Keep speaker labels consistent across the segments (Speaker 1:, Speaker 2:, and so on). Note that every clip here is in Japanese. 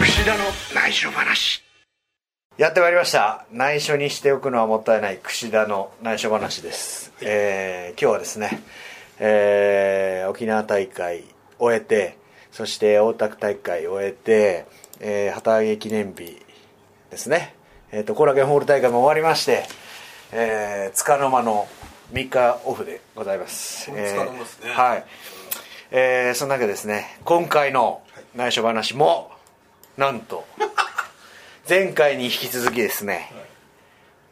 Speaker 1: 串田の内緒話やってまいりました内緒にしておくのはもったいない串田の内緒話です、えー今日はですね、えー沖縄大会終えてそして大田区大会終えて、えー旗揚げ記念日ですねえっ、と後楽園ホール大会も終わりまして、えー、つかの間の3日オフでございます
Speaker 2: これ束の間ですね
Speaker 1: えーはいえーそんなわけでですね今回の内緒話もなんと前回に引き続きですね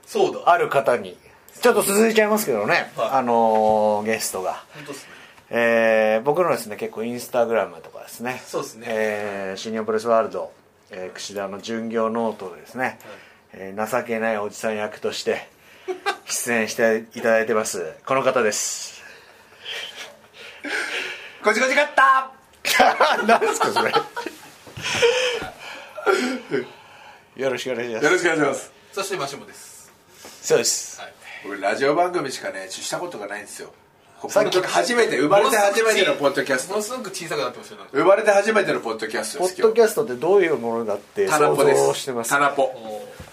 Speaker 2: そうだ
Speaker 1: ある方にちょっと続いちゃいますけどね、
Speaker 2: はい
Speaker 1: あのーゲストが、
Speaker 2: 本当っすね
Speaker 1: えー僕のですね結構インスタグラムとかですね
Speaker 2: そうですね
Speaker 1: えー新日本プロレスワールド、えー櫛田の巡業ノートでですね、えー情けないおじさん役として出演していただいてますこの方です
Speaker 2: こじこじ勝った
Speaker 1: 何ですかそれよろしくお願いしま
Speaker 3: よ
Speaker 1: す
Speaker 3: ろしくお願いします
Speaker 2: そしてマシモです
Speaker 1: そうです
Speaker 2: はい
Speaker 3: 僕ラジオ番組しかねしたことがないんですよポ
Speaker 1: さっ
Speaker 3: ッ
Speaker 1: き
Speaker 3: ドキャ初めて生まれて初めてのポッドキャス
Speaker 2: も
Speaker 3: ト
Speaker 2: のすごく小さくなってましたよなんか
Speaker 3: 生まれて初めてのポッドキャスト
Speaker 1: ポ
Speaker 3: で
Speaker 1: ッ
Speaker 3: す今
Speaker 1: ド
Speaker 3: 日
Speaker 1: キャストってどういうものだって
Speaker 3: タナ
Speaker 1: 想
Speaker 3: ポで
Speaker 1: 像
Speaker 3: す
Speaker 1: してます
Speaker 3: タナポ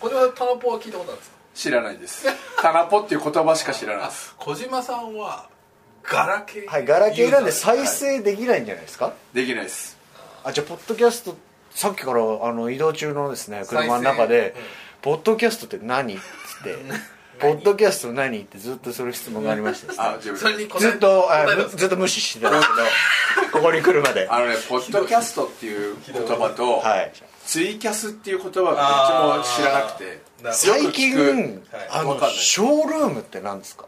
Speaker 2: これはタナポは聞いたことあるんですか
Speaker 3: 知らないですタナポっていう言葉しか知らない
Speaker 2: あ
Speaker 3: です
Speaker 2: 小島さんはガラケー
Speaker 1: はいガラケーなんで
Speaker 2: ユーザー
Speaker 1: 再生できないんじゃないですか、
Speaker 3: できないです
Speaker 1: あじゃあポッドキャストさっきからあの移動中のですね
Speaker 2: 再生
Speaker 1: 車の中で
Speaker 2: うん
Speaker 1: 「ポッドキャストって 何?」っつって「ポッドキャスト何?」ってずっとそれ質問がありましてですね
Speaker 3: あ自
Speaker 2: それ
Speaker 3: 分で
Speaker 2: に答え
Speaker 1: ずっとあ
Speaker 2: 答えたんです
Speaker 1: ずっと無視してたんですけどここに来るまで
Speaker 3: あのねポッドキャストっていう言葉と
Speaker 1: はい
Speaker 3: ツイキャスっていう言葉がどっちも知らなくて
Speaker 2: なるほど
Speaker 1: 最近、
Speaker 3: よく聞く
Speaker 2: はい
Speaker 1: あ
Speaker 3: わかん
Speaker 1: の
Speaker 3: ない
Speaker 1: ショールームって何ですか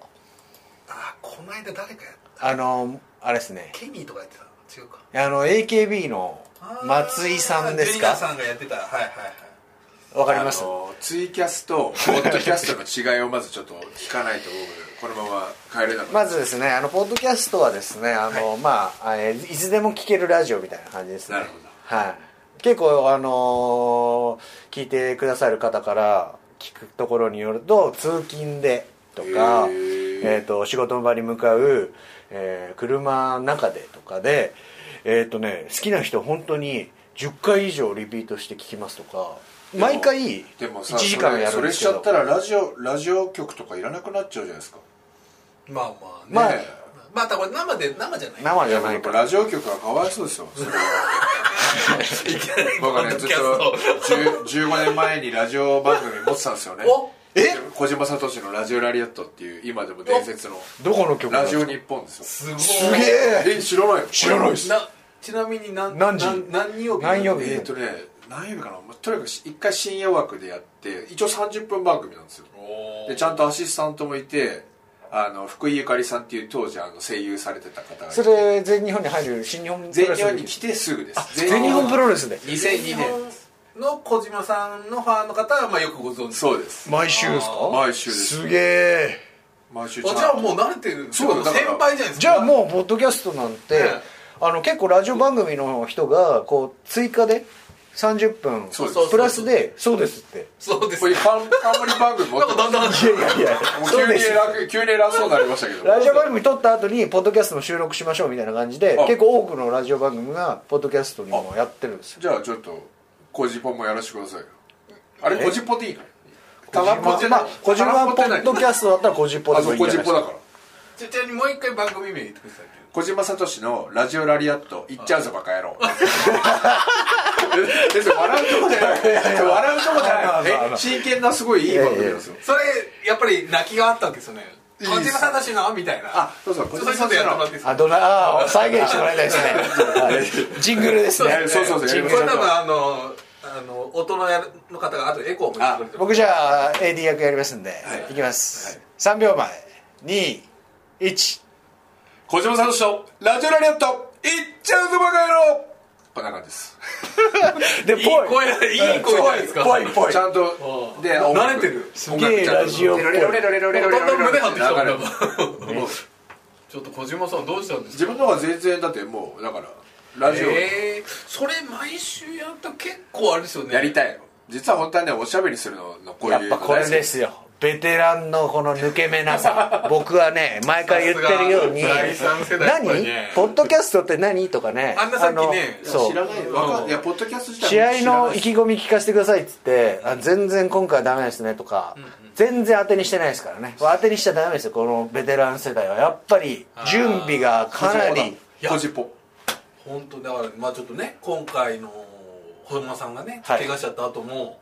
Speaker 2: あこの間誰かやっ
Speaker 1: あのあれですね
Speaker 2: ケニーとかやってた違うか
Speaker 1: あの AKB の松井さんです
Speaker 2: ジュニア
Speaker 1: か
Speaker 2: さんがやってたはいはいはい
Speaker 1: わかります
Speaker 3: あのツイキャスとポッドキャストの違いをまずちょっと聞かないと僕このまま帰れなくな
Speaker 1: ま
Speaker 3: る
Speaker 1: ずですねあのポッドキャストはですねあの、まあ、えーいつでも聞けるラジオみたいな感じですね
Speaker 3: なるほど
Speaker 1: はい、結構あのー聞いてくださる方から聞くところによると通勤でと
Speaker 3: へ
Speaker 1: か、
Speaker 3: ー
Speaker 1: えー、と仕事の場に向かう、えー車の中でとかでえっ、とね好きな人本当に10回以上リピートして聞きますとか毎回
Speaker 3: でも
Speaker 1: 1
Speaker 3: さ
Speaker 1: 時間や
Speaker 3: そ
Speaker 1: るん
Speaker 3: れ
Speaker 1: で
Speaker 3: そ
Speaker 1: すけ
Speaker 3: れしちゃ
Speaker 1: ど
Speaker 3: ったらラジオラジオ局とかいらなくなっちゃうじゃないですか
Speaker 2: まあまあね、
Speaker 1: まあ
Speaker 2: またこれ生で生じゃない
Speaker 1: 生じゃない
Speaker 3: やっぱ
Speaker 1: から
Speaker 3: ラジオ局はかわいそうですよそれは
Speaker 2: いきなり
Speaker 3: 僕はねずっと10 15年前にラジオ番組持ってたんですよね
Speaker 2: お
Speaker 1: え
Speaker 3: 小島聡の「ラジオラリアット」っていう今でも伝説の
Speaker 1: どこの曲なん
Speaker 3: ラ
Speaker 1: です
Speaker 3: ジオ
Speaker 1: か
Speaker 3: 日本ですよ
Speaker 2: すごい
Speaker 1: すげえ
Speaker 3: え知らないの
Speaker 1: 知らないっす
Speaker 2: なちなみに何
Speaker 1: 何時
Speaker 2: 何何曜日
Speaker 1: 何曜日
Speaker 3: えっとね何曜日かなまあとにかく一回深夜枠でやって一応30分番組なんですよ
Speaker 2: おー
Speaker 3: でちゃんとアシスタントもいてあの福井ゆかりさんっていう当時あの声優されてた方がい
Speaker 1: そ
Speaker 3: て
Speaker 1: れ全日本に入る新日本プロレスの
Speaker 3: 全日本に
Speaker 1: 時
Speaker 3: 来てすぐです
Speaker 1: 全日本プロレスで
Speaker 3: 2002年
Speaker 2: の小島さんのファンの方はまあよくご存知
Speaker 3: そうです
Speaker 1: 毎週ですか
Speaker 3: 毎週です
Speaker 1: すげえ
Speaker 3: 毎週ちゃ
Speaker 2: あ
Speaker 3: ん
Speaker 2: じゃあもう慣れてる
Speaker 3: そうだ
Speaker 2: 先
Speaker 3: から
Speaker 2: 輩じゃないですか
Speaker 1: じゃあもうポッドキャストなんて、
Speaker 2: ね
Speaker 1: あの結構ラジオ番組の人がこう追加で30分
Speaker 3: そうです
Speaker 1: プラスで「そうです」って
Speaker 2: そうです
Speaker 3: これ冠冠番組持
Speaker 2: な
Speaker 3: っ
Speaker 2: ん
Speaker 3: て
Speaker 2: か
Speaker 3: ま
Speaker 2: だんだん
Speaker 1: いやいや
Speaker 3: もう
Speaker 1: そう
Speaker 3: 急
Speaker 1: で
Speaker 3: に
Speaker 1: す
Speaker 3: 楽急に偉そうになりましたけ ど
Speaker 1: ラジオ番組撮った後にポッドキャストの収録しましょうみたいな感じで
Speaker 3: あ
Speaker 1: 結構多くのラジオ番組がポッドキャストにもやってるんですよ
Speaker 3: じゃあちょっとコジポンもやらせてくださいよあれコジポでいいのタ
Speaker 1: 小
Speaker 3: ナポじ
Speaker 1: 島
Speaker 3: ゃ
Speaker 1: ま
Speaker 3: ない
Speaker 1: あ小島ポ
Speaker 3: タナ
Speaker 1: ッ
Speaker 3: ポ
Speaker 1: ド
Speaker 3: って
Speaker 1: キャストだったら小島ポ
Speaker 3: 何
Speaker 1: で
Speaker 3: あ
Speaker 1: も
Speaker 3: そ
Speaker 1: いういんじゃな
Speaker 3: コジ
Speaker 1: いです
Speaker 3: ポだ
Speaker 1: か
Speaker 3: から
Speaker 2: ちなみにもう一回番組名言ってください
Speaker 3: 小島聡のラジオラリアット行っちゃうぞバカ野郎 ええそれ笑うとこじゃない笑うとこじ
Speaker 1: まあ
Speaker 3: ゃ
Speaker 1: まあま
Speaker 3: な
Speaker 1: あ
Speaker 3: いえ真剣なすごいいい番組なんですよ
Speaker 2: それやっぱり泣きがあったわけですよね小島さんだしのみたいな
Speaker 3: あそうそう
Speaker 2: そ
Speaker 3: 小
Speaker 2: れ
Speaker 3: 島
Speaker 2: ちょっとやってもらっていいで
Speaker 3: 聡の
Speaker 2: す
Speaker 1: あ
Speaker 2: か
Speaker 1: どなあー再現してもらいたいですねはいジングルですね
Speaker 3: そうそうそう
Speaker 1: ジング
Speaker 2: これ
Speaker 1: ル
Speaker 2: 多分あのあの大人の方があとエコーも言ってくれて
Speaker 1: 僕じゃあ AD 役やりますんで、い、きます、3秒前21
Speaker 3: 小島聡のラジオラリアット行っちゃうぞバカ野郎こんな感じです
Speaker 1: でぽ
Speaker 2: いい声いい声じゃないですか
Speaker 1: ぽいぽい
Speaker 3: ちゃんと
Speaker 2: うん
Speaker 3: で
Speaker 2: な
Speaker 3: 音楽
Speaker 2: 慣れてる
Speaker 3: 音楽ちゃんと
Speaker 1: すげえラジオっぽい
Speaker 3: レロレロレロレ
Speaker 2: だ
Speaker 3: ロ
Speaker 2: ん
Speaker 3: レロ
Speaker 2: だん胸張ってきたもん
Speaker 3: 流
Speaker 2: だ
Speaker 3: れ る
Speaker 2: もんちょっと小島さんどうしたんですか
Speaker 3: 自分の方が全然だってもうだからラジオ
Speaker 2: えー、それ毎週やったら結構あれですよね
Speaker 3: やりたいの実は本当はねおしゃべりするののこういう
Speaker 1: やっぱこれですよベテランのこの抜け目な さ僕はね毎回言ってるように
Speaker 3: さすが第三世代やっぱり
Speaker 1: 何
Speaker 3: ね
Speaker 1: ポッドキャストって何とかね
Speaker 2: あんなさっきね
Speaker 1: あのそう
Speaker 3: 知らないわかいやポッドキャスト自
Speaker 1: 試
Speaker 3: 体
Speaker 1: 合の意
Speaker 3: 知
Speaker 1: 気込み聞かせてくださいっつってあ全然今回はダメですねとか、全然当てにしてないですからね当てにしちゃダメですよこのベテラン世代はやっぱり準備がからな
Speaker 3: ない
Speaker 1: り
Speaker 3: ポジポ
Speaker 2: 本当だからまあちょっとね今回の小山さんがね
Speaker 1: はい
Speaker 2: 怪我しちゃった後も、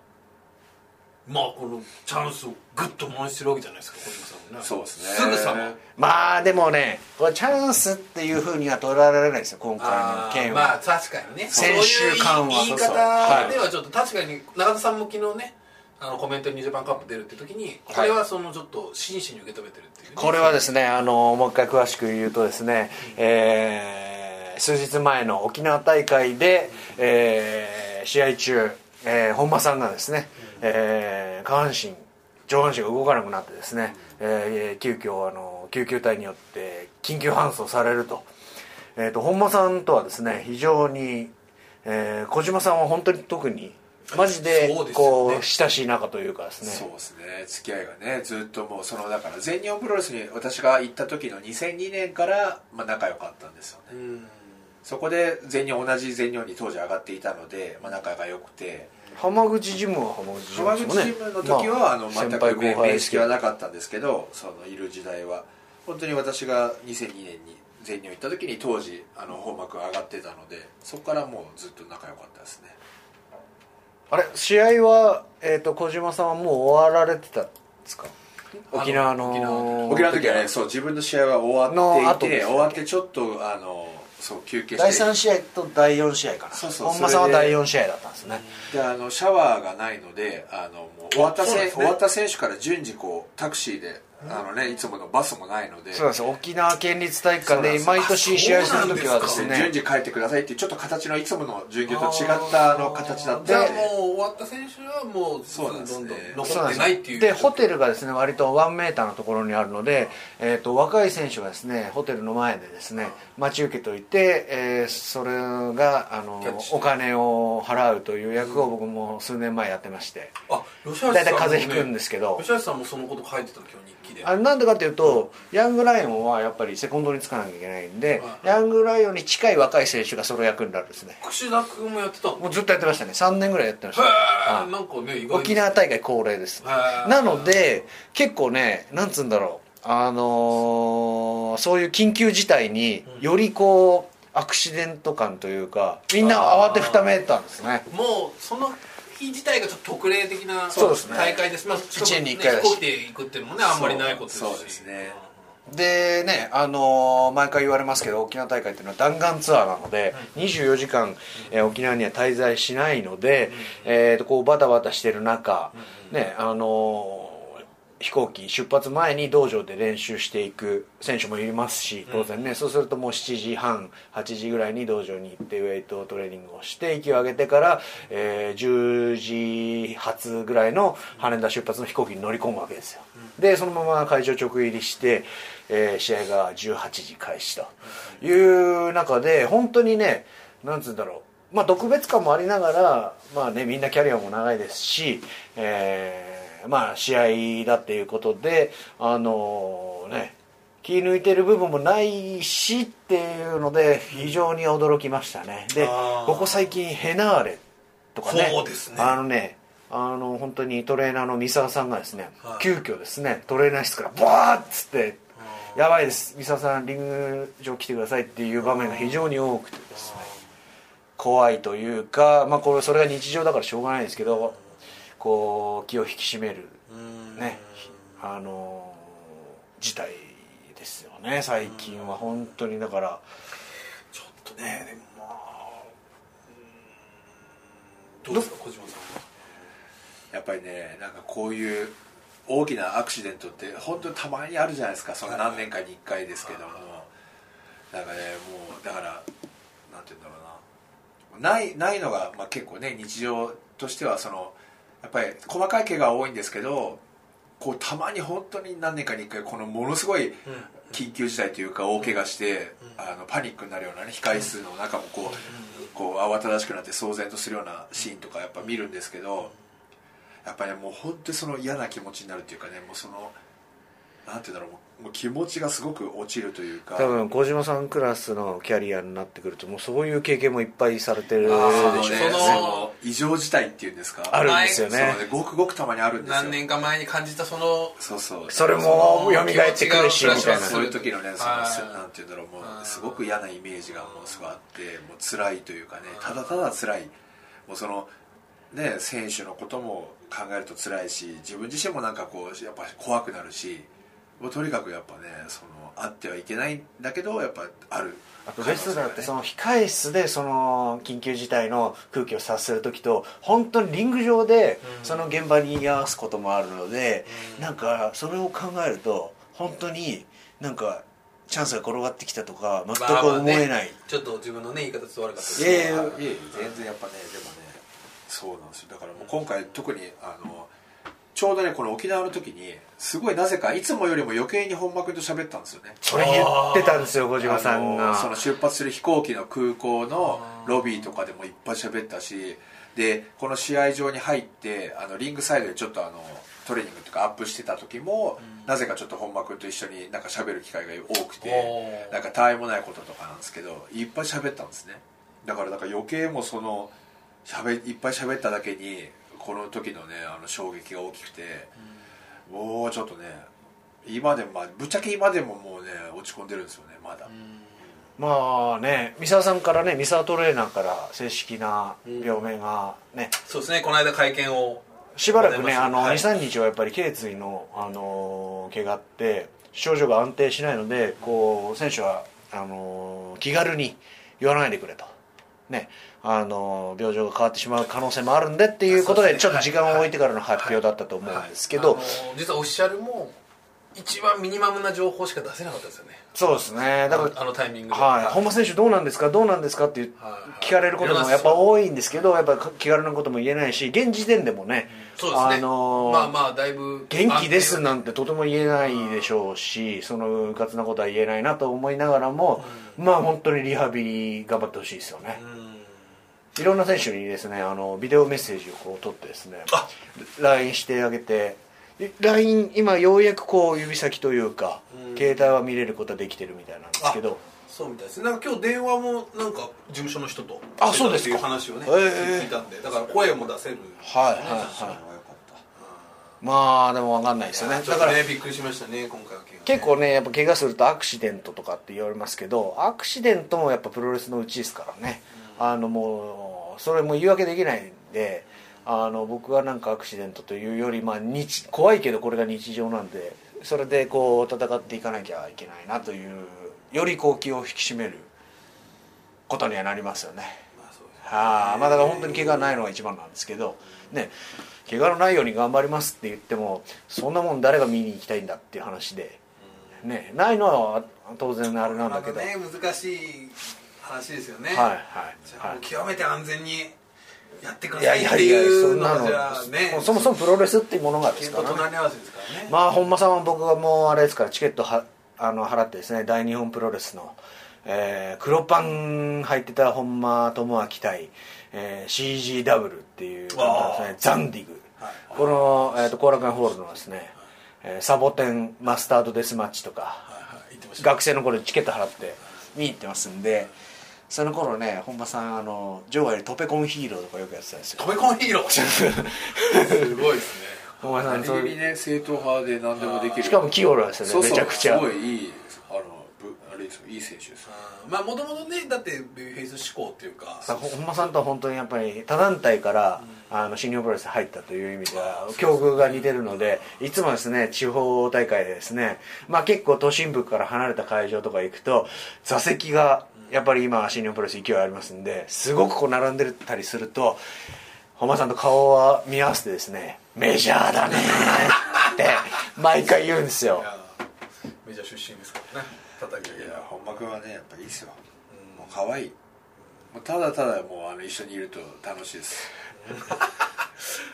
Speaker 2: まあこのチャンスをグッと回してるわけじゃないですか小山さんもね
Speaker 3: そうですね
Speaker 2: すぐさま
Speaker 1: まあでもねこれチャンスっていうふうには捉えられないですよ今回
Speaker 2: あ
Speaker 1: の
Speaker 2: ー
Speaker 1: 件は、
Speaker 2: まあ確かにね
Speaker 1: 先週感は
Speaker 2: そういう言い言い
Speaker 1: そうそうは
Speaker 2: 方
Speaker 1: い
Speaker 2: ではちょっと確かに永田さんも昨日ねあのコメントにジャパンカップ出るって時にこれはそのちょっと真摯に受け止めてるっていうね、
Speaker 1: これはですねあのもう一回詳しく言うとですね、えー数日前の沖縄大会で、えー試合中、えー本間さんがですね、えー下半身上半身が動かなくなってですね、えー急遽あの救急隊によって緊急搬送されると,、えー、と本間さんとはですね非常に、えー小島さんは本当に特にマジで
Speaker 2: そうですよね
Speaker 1: こう親しい仲というかですね
Speaker 3: そうですね付き合いがねずっともうそのだから全日本プロレスに私が行った時の2002年から、まあ、仲良かったんですよね
Speaker 2: うん
Speaker 3: そこで全日本同じ全日本に当時上がっていたので、まあ、仲が良くて
Speaker 1: 浜口ジムは浜口ジム
Speaker 3: 川
Speaker 1: で
Speaker 3: 口
Speaker 1: す
Speaker 3: チ
Speaker 1: もんね
Speaker 3: ームの時は、あ、の全
Speaker 1: 先
Speaker 3: く
Speaker 1: 輩
Speaker 3: 面
Speaker 1: 後輩
Speaker 3: 面
Speaker 1: ですけ
Speaker 3: 識
Speaker 1: ど
Speaker 3: はなかったんですけどそのいる時代は本当に私が2002年に全日本行った時に当時あの本幕が上がってたのでそこからもうずっと仲良かったですね
Speaker 1: あれ試合は、えー、と小島さんはもう終わられてたんですか
Speaker 2: あの
Speaker 1: 沖縄の
Speaker 2: 沖縄
Speaker 3: 沖縄の時はねそう自分の試合は終わ
Speaker 1: の
Speaker 3: って
Speaker 1: 後
Speaker 3: いて、
Speaker 1: ですね
Speaker 3: 終わってちょっとあのそう休憩して
Speaker 1: 第3試合と第4試合かな
Speaker 3: そうそう
Speaker 1: 本間さんは
Speaker 3: それ
Speaker 1: 第
Speaker 3: で
Speaker 1: 4試合だったんですね
Speaker 3: であのシャワーがないのであのもう終わった
Speaker 2: そう
Speaker 3: せ、
Speaker 2: ですね
Speaker 3: 終わった選手から順次こうタクシーであの、ね、いつものバスもないので
Speaker 1: そうなんですよ沖縄県立体育館
Speaker 3: そうなん
Speaker 1: で
Speaker 3: です
Speaker 1: 毎年試合する時はで
Speaker 2: そ
Speaker 1: す
Speaker 2: う
Speaker 3: で
Speaker 1: ね
Speaker 3: 順次帰ってくださいっていうちょっと形のいつもの準球と違ったあの形だっ
Speaker 2: じゃあ
Speaker 3: た
Speaker 2: もう終わった選手はもうすぐ
Speaker 3: そうなんです
Speaker 2: どんどん
Speaker 3: ね
Speaker 1: そう
Speaker 2: 残
Speaker 1: な
Speaker 2: っ
Speaker 1: ん
Speaker 2: てないって
Speaker 1: です
Speaker 2: いう
Speaker 1: でホテルがですね割とワンメーターのところにあるので、えー、と若い選手はですねホテルの前でですね待ち受けといて、えーそれがあの
Speaker 2: キャッチして
Speaker 1: お金を払うという役を僕も数年前やってまして
Speaker 2: あ吉橋さんもね
Speaker 1: 大体風邪ひくんですけど
Speaker 2: 吉橋さんもそのこと書いてたの今日日記で
Speaker 1: あなんでかっていうとヤングライオンはやっぱりセコンドにつかなきゃいけないんで
Speaker 2: はい
Speaker 1: ヤングライオンに近い若い選手がその役になるんですね
Speaker 2: 串田君もやってたの
Speaker 1: もうずっとやってましたね3年ぐらいやってました、
Speaker 2: へ
Speaker 1: は
Speaker 2: え
Speaker 1: い
Speaker 2: なんかね意外に
Speaker 1: 沖縄大会恒例です
Speaker 2: へえ
Speaker 1: なので結構ねなんつうんだろうあのーそういう緊急事態によりこうアクシデント感というかみんな慌てふためいたんですね
Speaker 2: もうその日自体がちょっと特例的な
Speaker 1: そうですね
Speaker 2: 大会ですまあ
Speaker 1: 一年に一回だし
Speaker 2: 飛行機で行くっていうのもねあんまりないことですし
Speaker 3: そうそうですね
Speaker 1: でね、あのー毎回言われますけど沖縄大会っていうのは弾丸ツアーなので、24時間、えー沖縄には滞在しないので、えー、とこうバタバタしてる中、ねあのー飛行機出発前に道場で練習していく選手もいますし当然ね、そうするともう7時半8時ぐらいに道場に行ってウェイトトレーニングをして息を上げてから、えー10時発ぐらいの羽田出発の飛行機に乗り込むわけですよ、でそのまま会場直入りして、えー試合が18時開始という中で本当にねなんつうんだろうまあ特別感もありながらまあねみんなキャリアも長いですし、えーまあ試合だっていうことであのね気抜いてる部分もないしっていうので非常に驚きましたねで
Speaker 2: あー
Speaker 1: ここ最近ヘナーレとかね
Speaker 2: そうですね
Speaker 1: あのねあの本当にトレーナーの三沢さんがですね、
Speaker 2: はい
Speaker 1: 急遽ですねトレーナー室からバーッつって「やばいです三沢さんリング上来てください」っていう場面が非常に多くてですね怖いというか、まあ、これそれが日常だからしょうがないですけどこう気を引き締める
Speaker 2: うん
Speaker 1: ねあのー事態ですよね最近は本当にだから
Speaker 2: ちょっとねでもまあうんどうですか小島さ
Speaker 3: やっぱりねなんかこういう大きなアクシデントって本当にたまにあるじゃないですかその何年かに1回ですけどもなんかねもうだからなんて言うんだろうなないないのが、まあ、結構ね日常としてはそのやっぱり細かい怪我は多いんですけどこうたまに本当に何年かに1回このものすごい
Speaker 2: ん
Speaker 3: 緊急事態というか大怪我して、あのパニックになるようなね控室の中もこう,、こう慌ただしくなって騒然とするようなシーンとかやっぱ見るんですけど、やっぱり、ね、もう本当にその嫌な気持ちになるっていうかねもうそのなんて言うんだろうもうもう気持ちがすごく落ちるというか
Speaker 1: 多分小島さんクラスのキャリアになってくるともうそういう経験もいっぱいされてるでしょ
Speaker 2: あ
Speaker 1: う
Speaker 2: ー
Speaker 1: ね
Speaker 3: そうね
Speaker 2: その
Speaker 3: その異常事態っていうんですか
Speaker 1: あるんですよね
Speaker 3: そうねごくごくたまにあるんですよ
Speaker 2: 何年か前に感じたその
Speaker 3: そうそう
Speaker 1: それも蘇ってくるし
Speaker 2: その
Speaker 1: みたいな
Speaker 3: そういう時のねその
Speaker 2: はい
Speaker 3: すなんて言うんだろうも
Speaker 2: は
Speaker 3: う
Speaker 2: い
Speaker 3: すごく嫌なイメージがもうすごいあってもう辛いというかねただただ辛いもうそのね選手のことも考えると辛いし自分自身もなんかこうやっぱ怖くなるしもうとにかくやっぱねそのあってはいけないんだけどやっぱある
Speaker 1: あとレスラーってその控室でその緊急事態の空気を察する時と本当にリング上で
Speaker 2: うん
Speaker 1: その現場に居合わすこともあるので
Speaker 2: うん
Speaker 1: なんかそれを考えると本当になんかチャンスが転がってきたとか全く思え
Speaker 2: まあまあ
Speaker 1: ない
Speaker 2: ねちょっと自分のね言い方ちょっと悪かっ
Speaker 1: い
Speaker 2: た
Speaker 1: やいや
Speaker 3: いえいえ全然やっぱねでもねそうなんですよだからもう今回特にあのちょうどねこの沖縄の時にすごいなぜかいつもよりも余計に本間君と喋ったんですよね
Speaker 1: それ言ってたんですよ小島さん
Speaker 3: あ
Speaker 1: が
Speaker 3: のその出発する飛行機の空港の
Speaker 2: あー
Speaker 3: ロビーとかでもいっぱい喋ったしでこの試合場に入ってあのリングサイドでちょっとあのトレーニングとかアップしてた時も、なぜかちょっと本間君と一緒になんか喋る機会が多くて
Speaker 2: おー
Speaker 3: なんかたわいもないこととかなんですけどいっぱい喋ったんですねだからだから余計もうその喋いっぱい喋っただけにこの時のねあの衝撃が大きくて、もうちょっとね今でも、まあ、ぶっちゃけ今でももうね落ち込んでるんですよねまだ、
Speaker 1: まあね三沢さんからね三沢トレーナーから正式な病名がね
Speaker 2: そうですねこの間会見を
Speaker 1: しばらく
Speaker 2: ござ
Speaker 1: ね
Speaker 2: います
Speaker 1: あの
Speaker 2: はい
Speaker 1: 23日はやっぱり頸椎のあの怪我って症状が安定しないのでこう選手はあの気軽に言わないでくれと。ね、あの病状が変わってしまう可能性もあるんでっていうことで
Speaker 2: あ
Speaker 1: ち
Speaker 2: そ
Speaker 1: ょ
Speaker 2: う
Speaker 1: っ
Speaker 2: で
Speaker 1: と
Speaker 2: す
Speaker 1: 時
Speaker 2: ね
Speaker 1: 間を置いてからの発表だったと思うんですけ
Speaker 2: あ
Speaker 1: ど
Speaker 2: の実はオフィシャルも一番ミニマムな情報しか出せなかったですよね
Speaker 1: そうですねだから
Speaker 2: あのタイミングで
Speaker 1: はい、本間選手どうなんですかどうなんですかっていう
Speaker 2: はい
Speaker 1: 聞かれることもやっぱ多いんですけどやっぱ気軽なことも言えないし現時点でもね,、
Speaker 2: そうですね、
Speaker 1: あのー
Speaker 2: まあまあだいぶ
Speaker 1: 元気です
Speaker 2: 安定は
Speaker 1: なんてとても言えないでしょうしそのうかつなことは言えないなと思いながらも、まあ本当にリハビリ頑張ってほしいですよね、
Speaker 2: うん
Speaker 1: いろんな選手にですねあのビデオメッセージをこう取ってですね
Speaker 2: あ
Speaker 1: LINE してあげてで LINE 今ようやくこう指先というか、
Speaker 2: うん
Speaker 1: 携帯は見れることはできてるみたいなんですけど
Speaker 2: そうみたいですねなんか今日電話もなんか事務所の人と
Speaker 1: あそうですか
Speaker 2: っていう話をね、
Speaker 1: へえ
Speaker 2: 聞いたんでだから声も出せる
Speaker 1: はいはいは
Speaker 3: よかった
Speaker 1: いまあでも分かんないですよね
Speaker 2: ちょ
Speaker 1: だ
Speaker 2: っ
Speaker 1: か
Speaker 2: と
Speaker 1: ら
Speaker 2: ねびっくりしましたね今回は怪我ね
Speaker 1: 結構ねやっぱ怪我するとアクシデントとかって言われますけどアクシデントもやっぱプロレスのうちですからね、あのもうそれも言い訳できないんであの僕はなんかアクシデントというより、まあ、日怖いけどこれが日常なんでそれでこう戦っていかなきゃいけないなというよりこう気を引き締めることにはなりますよね。
Speaker 2: まあそうです
Speaker 1: はあまあだから本当に怪我ないのが一番なんですけどね怪我のないように頑張りますって言ってもそんなもん誰が見に行きたいんだっていう話で、ね、ないのは当然あれなんだけど、
Speaker 2: なかなかね難しい話ですよね
Speaker 1: はいはい
Speaker 2: じゃあ
Speaker 1: はい
Speaker 2: も
Speaker 1: う
Speaker 2: 極めて安全にやってくだ
Speaker 1: いや
Speaker 2: さい
Speaker 1: い
Speaker 2: っ
Speaker 1: やいや
Speaker 2: てい
Speaker 1: そ
Speaker 2: うんの
Speaker 1: な
Speaker 2: が
Speaker 1: の
Speaker 2: じゃあね
Speaker 1: もうそもそもプロレスっていうものがです
Speaker 2: 健
Speaker 1: か
Speaker 2: 康
Speaker 1: ら、ね、
Speaker 2: と隣り合わせですからね、
Speaker 1: まあ本間さんは僕がもうあれですからチケットはあの払ってですね大日本プロレスの、えー黒パン入ってた本間智明対、えー CGW っていう方ですねザンディグ、この後、えーと、後楽園ホールのですね、えーサボテンマスタードデスマッチとか
Speaker 2: はいはい言ってました
Speaker 1: 学生の頃にチケット払って見に行ってますんでその頃ね本間さんあの場外でトペコンヒーローとかよくやってたんですよ
Speaker 2: 飛び込み ヒーローすごいですね
Speaker 1: 本間さんそう
Speaker 3: 何気にね正統派で何でもできる
Speaker 1: しかも器用なんですよね
Speaker 3: そうそう
Speaker 1: めちゃくちゃ
Speaker 3: すごいいいあのぶあれですよいい選手です
Speaker 2: あー まあもともとねだってベビーフェイス志向っていうか
Speaker 1: だから本間さんとは本当にやっぱり他団体から、あの新日本プロレスに入ったという意味では境遇が似てるのでいつもですね地方大会でですね、まあ、結構都心部から離れた会場とか行くと座席がやっぱり今新日本プロレス勢いありますんですごくこう並んでたりすると本間さんと顔は見合わせてですねメジャーだねって毎回言うんですよ
Speaker 2: いやメジャー出身ですからね叩き上
Speaker 3: い
Speaker 2: げ
Speaker 3: や本間君はねやっぱいいですよもう可愛いもうただただもうあの一緒にいると楽しいです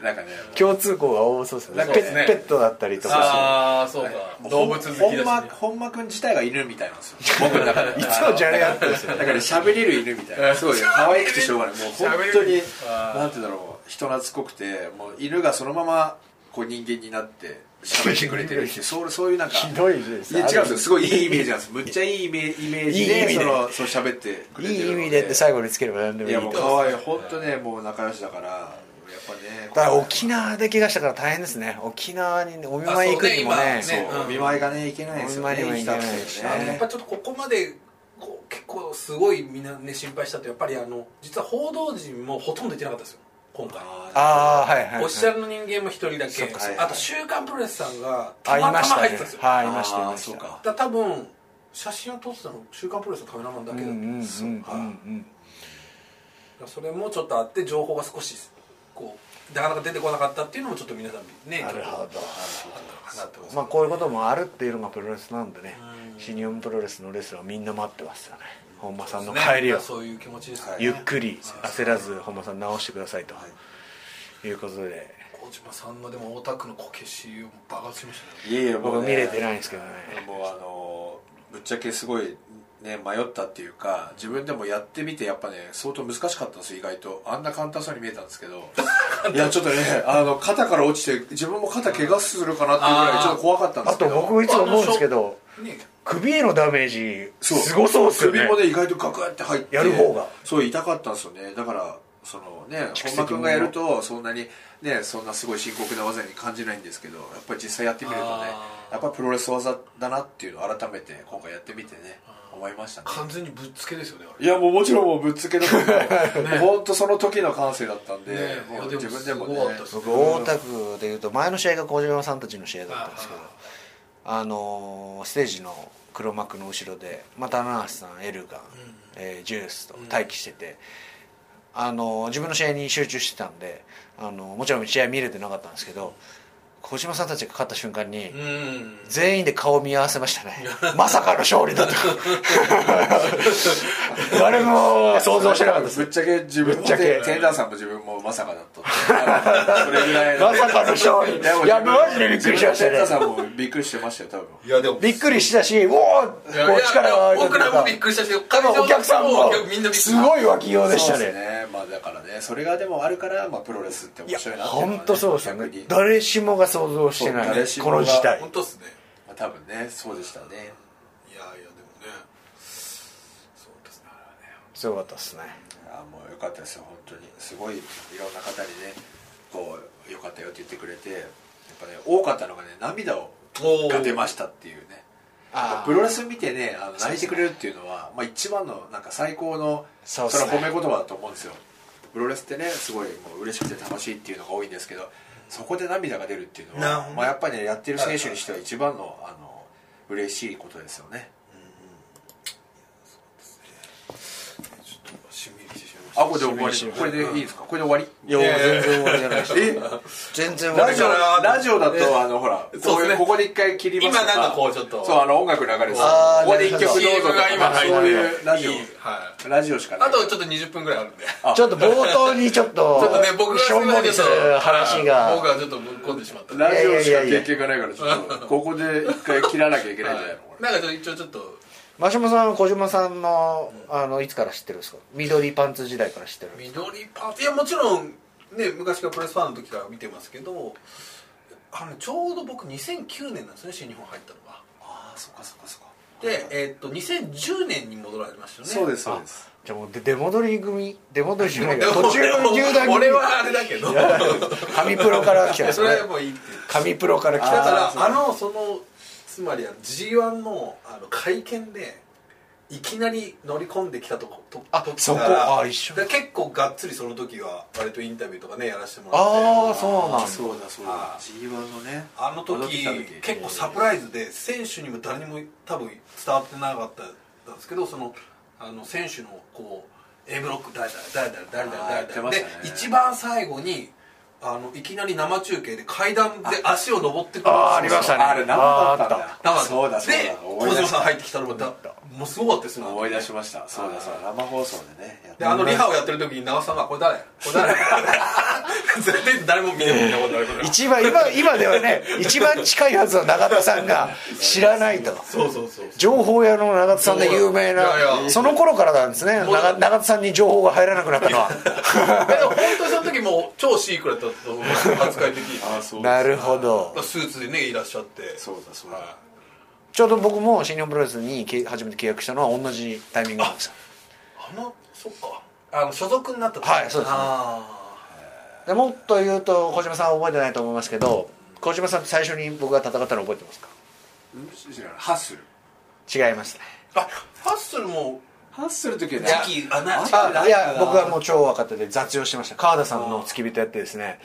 Speaker 3: なんかねもう
Speaker 1: 共通項が多そうですね
Speaker 3: そう
Speaker 1: ペ
Speaker 3: で
Speaker 1: ッ
Speaker 2: すね
Speaker 1: ペットだったりとか
Speaker 2: ああそうか、動物好きだし、ね
Speaker 3: 本間本間君自体が犬みたいなんですよ 僕の中で
Speaker 1: いつもじゃれ合ってるんですよ
Speaker 3: だから喋れる犬みたいなすごい可愛くてしょうがないもう本当になんて言うんだろう人懐っこくてもう犬がそのままこう人間になって喋ってくれてるってそうそういうなん か
Speaker 1: ひどいです
Speaker 3: いや違うんですよすごいいいイメージなんですむっちゃいいイメイメージ
Speaker 1: いい意
Speaker 3: で
Speaker 1: 味
Speaker 3: そ
Speaker 1: で
Speaker 3: のそう喋ってくれ
Speaker 1: い
Speaker 3: てるの
Speaker 1: い意味でって最後につければ何でも
Speaker 3: い
Speaker 1: いい
Speaker 3: や
Speaker 1: と
Speaker 3: もう
Speaker 1: 思う
Speaker 3: 可愛い本当ねもう仲良しだからやっぱね
Speaker 1: ただ沖縄で怪我したから大変ですね沖縄にお見舞い行くにもね
Speaker 2: あそうね今
Speaker 3: そうお見舞いがねいけないですよ
Speaker 1: お
Speaker 3: ね
Speaker 1: 見舞いにも行けないしね
Speaker 3: 行きたくて
Speaker 2: やっぱちょっとここまでこう結構すごいみんなね心配したとやっぱりあの実は報道陣もほとんどいてなかったですよ今回
Speaker 1: ああはいはい、はい、
Speaker 2: オフィシャルの人間も一人だけ
Speaker 1: そっかそっ
Speaker 3: か
Speaker 2: あと「週刊プロレス」さんが
Speaker 1: あ
Speaker 2: た
Speaker 1: い
Speaker 2: またま
Speaker 1: ました
Speaker 2: 入っ
Speaker 1: ね
Speaker 2: てたんですよ
Speaker 1: はいいましたい
Speaker 3: あー
Speaker 1: ました
Speaker 3: そうか
Speaker 2: だから多分写真を撮ってたの週刊プロレスのカメラマンだ
Speaker 1: う
Speaker 2: け
Speaker 1: んう
Speaker 2: だった
Speaker 1: んうんうん
Speaker 2: ですよ
Speaker 1: う
Speaker 2: はい
Speaker 1: ん
Speaker 2: それもちょっとあって情報が少しこうなかなか出てこなかったっていうのもちょっと皆さんね
Speaker 1: なるほど
Speaker 2: ちょっとあったのかなと思います
Speaker 1: まあこういうこともあるっていうのがプロレスなんでね
Speaker 2: うん
Speaker 1: 新日本プロレスのレスラーはみんな待ってますよね本間さんの帰りを
Speaker 2: そういう気持ちですね
Speaker 3: はい
Speaker 1: ゆっくり焦らず本間さん直してくださいということで
Speaker 2: 小島さんのでも大田区のこけしを爆発しましたね
Speaker 3: いやいや
Speaker 1: 僕
Speaker 3: もうね
Speaker 1: 見れてないんですけどね
Speaker 3: もうあのぶっちゃけすごいね迷ったっていうか自分でもやってみてやっぱね相当難しかったんですよ意外とあんな簡単そうに見えたんですけどいやちょっとねあの肩から落ちて自分も肩怪我するかなっていうぐら
Speaker 2: あー
Speaker 3: いちょっと怖かったんで
Speaker 1: あ
Speaker 3: すけ
Speaker 1: と
Speaker 3: ど
Speaker 1: 僕いつも思うんですけど
Speaker 2: ね
Speaker 1: 首へのダメージ
Speaker 3: そう
Speaker 1: すごそうですよね
Speaker 3: 首もね意外とガクって入って
Speaker 1: やる方が
Speaker 3: そう痛かったんですよねだからそのね
Speaker 1: 蓄積
Speaker 3: 本間君がやるとそんなにねそんなすごい深刻な技に感じないんですけどやっぱり実際やってみるとね
Speaker 2: あー
Speaker 3: やっぱプロレス技だなっていうのを改めて今回やってみてね思いましたね
Speaker 2: 完全にぶっつけですよねあれ
Speaker 3: いやもうもちろんもうぶっつけだと思 うね本当その時の感性だったんで、
Speaker 2: ねえ
Speaker 3: もう
Speaker 2: いやでも
Speaker 3: 自分でもね
Speaker 2: すごかったです
Speaker 1: 僕大田区でいうと前の試合が小島さんたちの試合だったんですけどあのーステージの黒幕の後ろでまた棚橋さんエルガン、えージュースと待機してて、あのー自分の試合に集中してたんであのーもちろん試合見れてなかったんですけど小島さんたちが勝った瞬間に、
Speaker 2: うん
Speaker 1: 全員で顔見合わせましたねまさかの勝利だ と誰も想像してなかったです
Speaker 3: ぶっちゃけ自分
Speaker 1: ぶ
Speaker 3: も
Speaker 1: っちゃけ
Speaker 3: テンダーさんも自分もまさかだったって それぐらいの
Speaker 1: まさかの勝利
Speaker 3: でも
Speaker 1: いやマジでびっくりしましたね
Speaker 3: 自分のテンダーさんもびっくりしてましたよ多分
Speaker 2: いやでも
Speaker 1: びっくりしたし、おお、こう
Speaker 2: いやいや
Speaker 1: 力が
Speaker 2: 僕らもびっくりしたし会場
Speaker 1: お客さんも
Speaker 2: みんなびっくり
Speaker 1: すごい脇用でし
Speaker 3: そう
Speaker 1: た
Speaker 3: です
Speaker 1: ね。
Speaker 3: ねまあだからねそれがでもあるから、まあ、プロレスって
Speaker 1: い
Speaker 3: 面
Speaker 1: や
Speaker 3: 白いな、っていうのは
Speaker 1: 本当そうですよ
Speaker 3: 逆
Speaker 1: ね
Speaker 3: に。
Speaker 1: 誰しもが想像してな
Speaker 3: そう
Speaker 1: い
Speaker 3: 誰し
Speaker 1: こ
Speaker 3: もが
Speaker 1: の事態
Speaker 2: 本。当っすね
Speaker 3: まあ多分ねそうでしたね
Speaker 2: いやいやでもねそうですねあれはね
Speaker 1: すごかったですね。
Speaker 3: あもう良かったですよ本当にすごいいろんな方にねこう良かったよって言ってくれてやっぱね多かったのがね涙を
Speaker 2: おー
Speaker 3: が出ましたっていうね
Speaker 1: あー
Speaker 3: プロレス見てねあの泣いてくれるっていうのは、まあ、一番のなんか最高の
Speaker 1: そうっ
Speaker 3: そ
Speaker 1: す
Speaker 3: れ
Speaker 1: ね
Speaker 3: は褒め言葉だと思うんですよプロレスってねすごいもう嬉しくて楽しいっていうのが多いんですけどそこで涙が出るっていうの
Speaker 2: なる
Speaker 3: は
Speaker 2: ほ、ど
Speaker 3: まあ、やっぱりねやってる選手にしては一番のあの嬉しいことですよね
Speaker 2: ちょっとしんみりしてしまいました
Speaker 3: あこれで終わりこれでいいですかこれで終わりい
Speaker 1: いや全然終わりじゃないです。
Speaker 3: え
Speaker 1: 全然終わ
Speaker 3: ラ
Speaker 1: り
Speaker 3: ジ
Speaker 1: じゃ
Speaker 3: オ
Speaker 1: ない。
Speaker 3: ラジオだとあのほら
Speaker 2: そう
Speaker 3: こ
Speaker 2: ですね
Speaker 3: ういうここで一回切りますと
Speaker 2: 今なんかこうちょっと
Speaker 3: そうあの音楽流れです
Speaker 1: あー
Speaker 3: ここで一曲どうぞ
Speaker 2: CM
Speaker 3: と
Speaker 2: が今
Speaker 3: か
Speaker 2: 入って
Speaker 3: そういうラジ
Speaker 2: いいはい
Speaker 3: オラジオしかない
Speaker 2: あとちょっと20分ぐらいあるんで
Speaker 1: ちょっと冒頭にちょっと
Speaker 2: ちょっとね僕が
Speaker 1: しょんぼりする話
Speaker 2: はい
Speaker 1: が
Speaker 2: 僕。はちょっとぶっ込んでしまったんで
Speaker 3: ラジオし
Speaker 1: いや
Speaker 3: か
Speaker 1: いやいや
Speaker 3: 経験がないからちょっとここで一回切らなきゃいけないんじ ゃないのこれ
Speaker 2: なんかちょっと一応ちょっと
Speaker 1: マシュマさんは小島さんのあのいつから知ってるんですか。緑パンツ時代から知ってる。
Speaker 2: 緑パーツいやもちろんね昔からプロレスファンの時から見てますけどあのちょうど僕2009年なんですね新日本入ったのが
Speaker 3: ああそっかそっかそっか
Speaker 2: で、えーっと2010年に戻られましたよね
Speaker 3: そうですそうです
Speaker 1: じゃあもうで出戻り組出戻りじゃない
Speaker 2: で
Speaker 1: か。
Speaker 2: も
Speaker 1: 途中の入団組。
Speaker 2: 俺はあれだけど
Speaker 1: 神プロから来たんです
Speaker 2: それ
Speaker 1: ね
Speaker 2: は。もういいっていう
Speaker 1: 神プロから来
Speaker 2: だか
Speaker 1: た。
Speaker 2: ら
Speaker 3: あーそう
Speaker 2: あのそのつまりあの G1 のあの会見でいきなり乗り込んできたとこと
Speaker 1: あ
Speaker 2: 時
Speaker 1: そこ
Speaker 2: から
Speaker 1: あ一緒
Speaker 2: だから結構がっつりその時は割とインタビューとかねやらせてもら
Speaker 1: ああ
Speaker 2: って
Speaker 1: そうなんだ。
Speaker 3: そうだそうだ
Speaker 2: あ
Speaker 3: G1 のね
Speaker 2: あの時
Speaker 3: 来た時
Speaker 2: 結構サプライズで選手にも誰にも多分伝わってなかったんですけどそのあの選手のこう A ブロック誰々誰々誰々
Speaker 3: あーやっ
Speaker 2: 誰
Speaker 3: て
Speaker 2: 々
Speaker 3: ましたね
Speaker 2: で一番最後にあのいきなり生中継で階段で足を登ってくる
Speaker 1: あーありましたね
Speaker 3: あれ何だ
Speaker 1: あー
Speaker 3: ったん
Speaker 1: あ
Speaker 2: だ
Speaker 3: だ
Speaker 2: から
Speaker 3: そうだそうだ
Speaker 2: で
Speaker 3: 思い
Speaker 2: 小
Speaker 3: 出
Speaker 2: 島
Speaker 3: し
Speaker 2: さん
Speaker 3: た
Speaker 2: 入ってきたのもだもうすごかったですよ
Speaker 3: 思い出しましたそうだそうだ生放送でねやって
Speaker 2: であのリハをやってる時に長瀬さんが「これ誰これ 誰? 」絶対誰も見てないことあるから
Speaker 1: 一番今今ではね一番近いはずの永田さんが知らないと
Speaker 2: そうそうそう
Speaker 1: 情報屋の永田さんで有名ない
Speaker 2: やいや
Speaker 1: その頃からなんですね
Speaker 2: もう
Speaker 1: 永永田さんに情報が入らなくなったのは
Speaker 2: でも本当にその時もう超シークレットだったと思います扱い的に
Speaker 3: ああそう
Speaker 1: な
Speaker 3: だ
Speaker 1: るほど
Speaker 2: スーツでねいらっしゃって
Speaker 3: そうだそうだ
Speaker 2: は
Speaker 1: ちょうど僕も新日本プロレスにけ初めて契約したのは同じタイミングなんですよ
Speaker 2: いあのそっかあの所属になった時
Speaker 1: はいそうですね
Speaker 2: あ
Speaker 1: でもっと言うと小島さんは覚えてないと思いますけど小島さんって最初に僕が戦ったの覚えてますか
Speaker 3: うん知らないハッスル
Speaker 1: 違いますね
Speaker 2: ーあファッスルも
Speaker 3: ハッスルの時はね
Speaker 2: 時期あな
Speaker 3: 時期
Speaker 1: あ
Speaker 3: ない
Speaker 1: や僕はもう超若手で雑用してました川田さんの付き人やってですね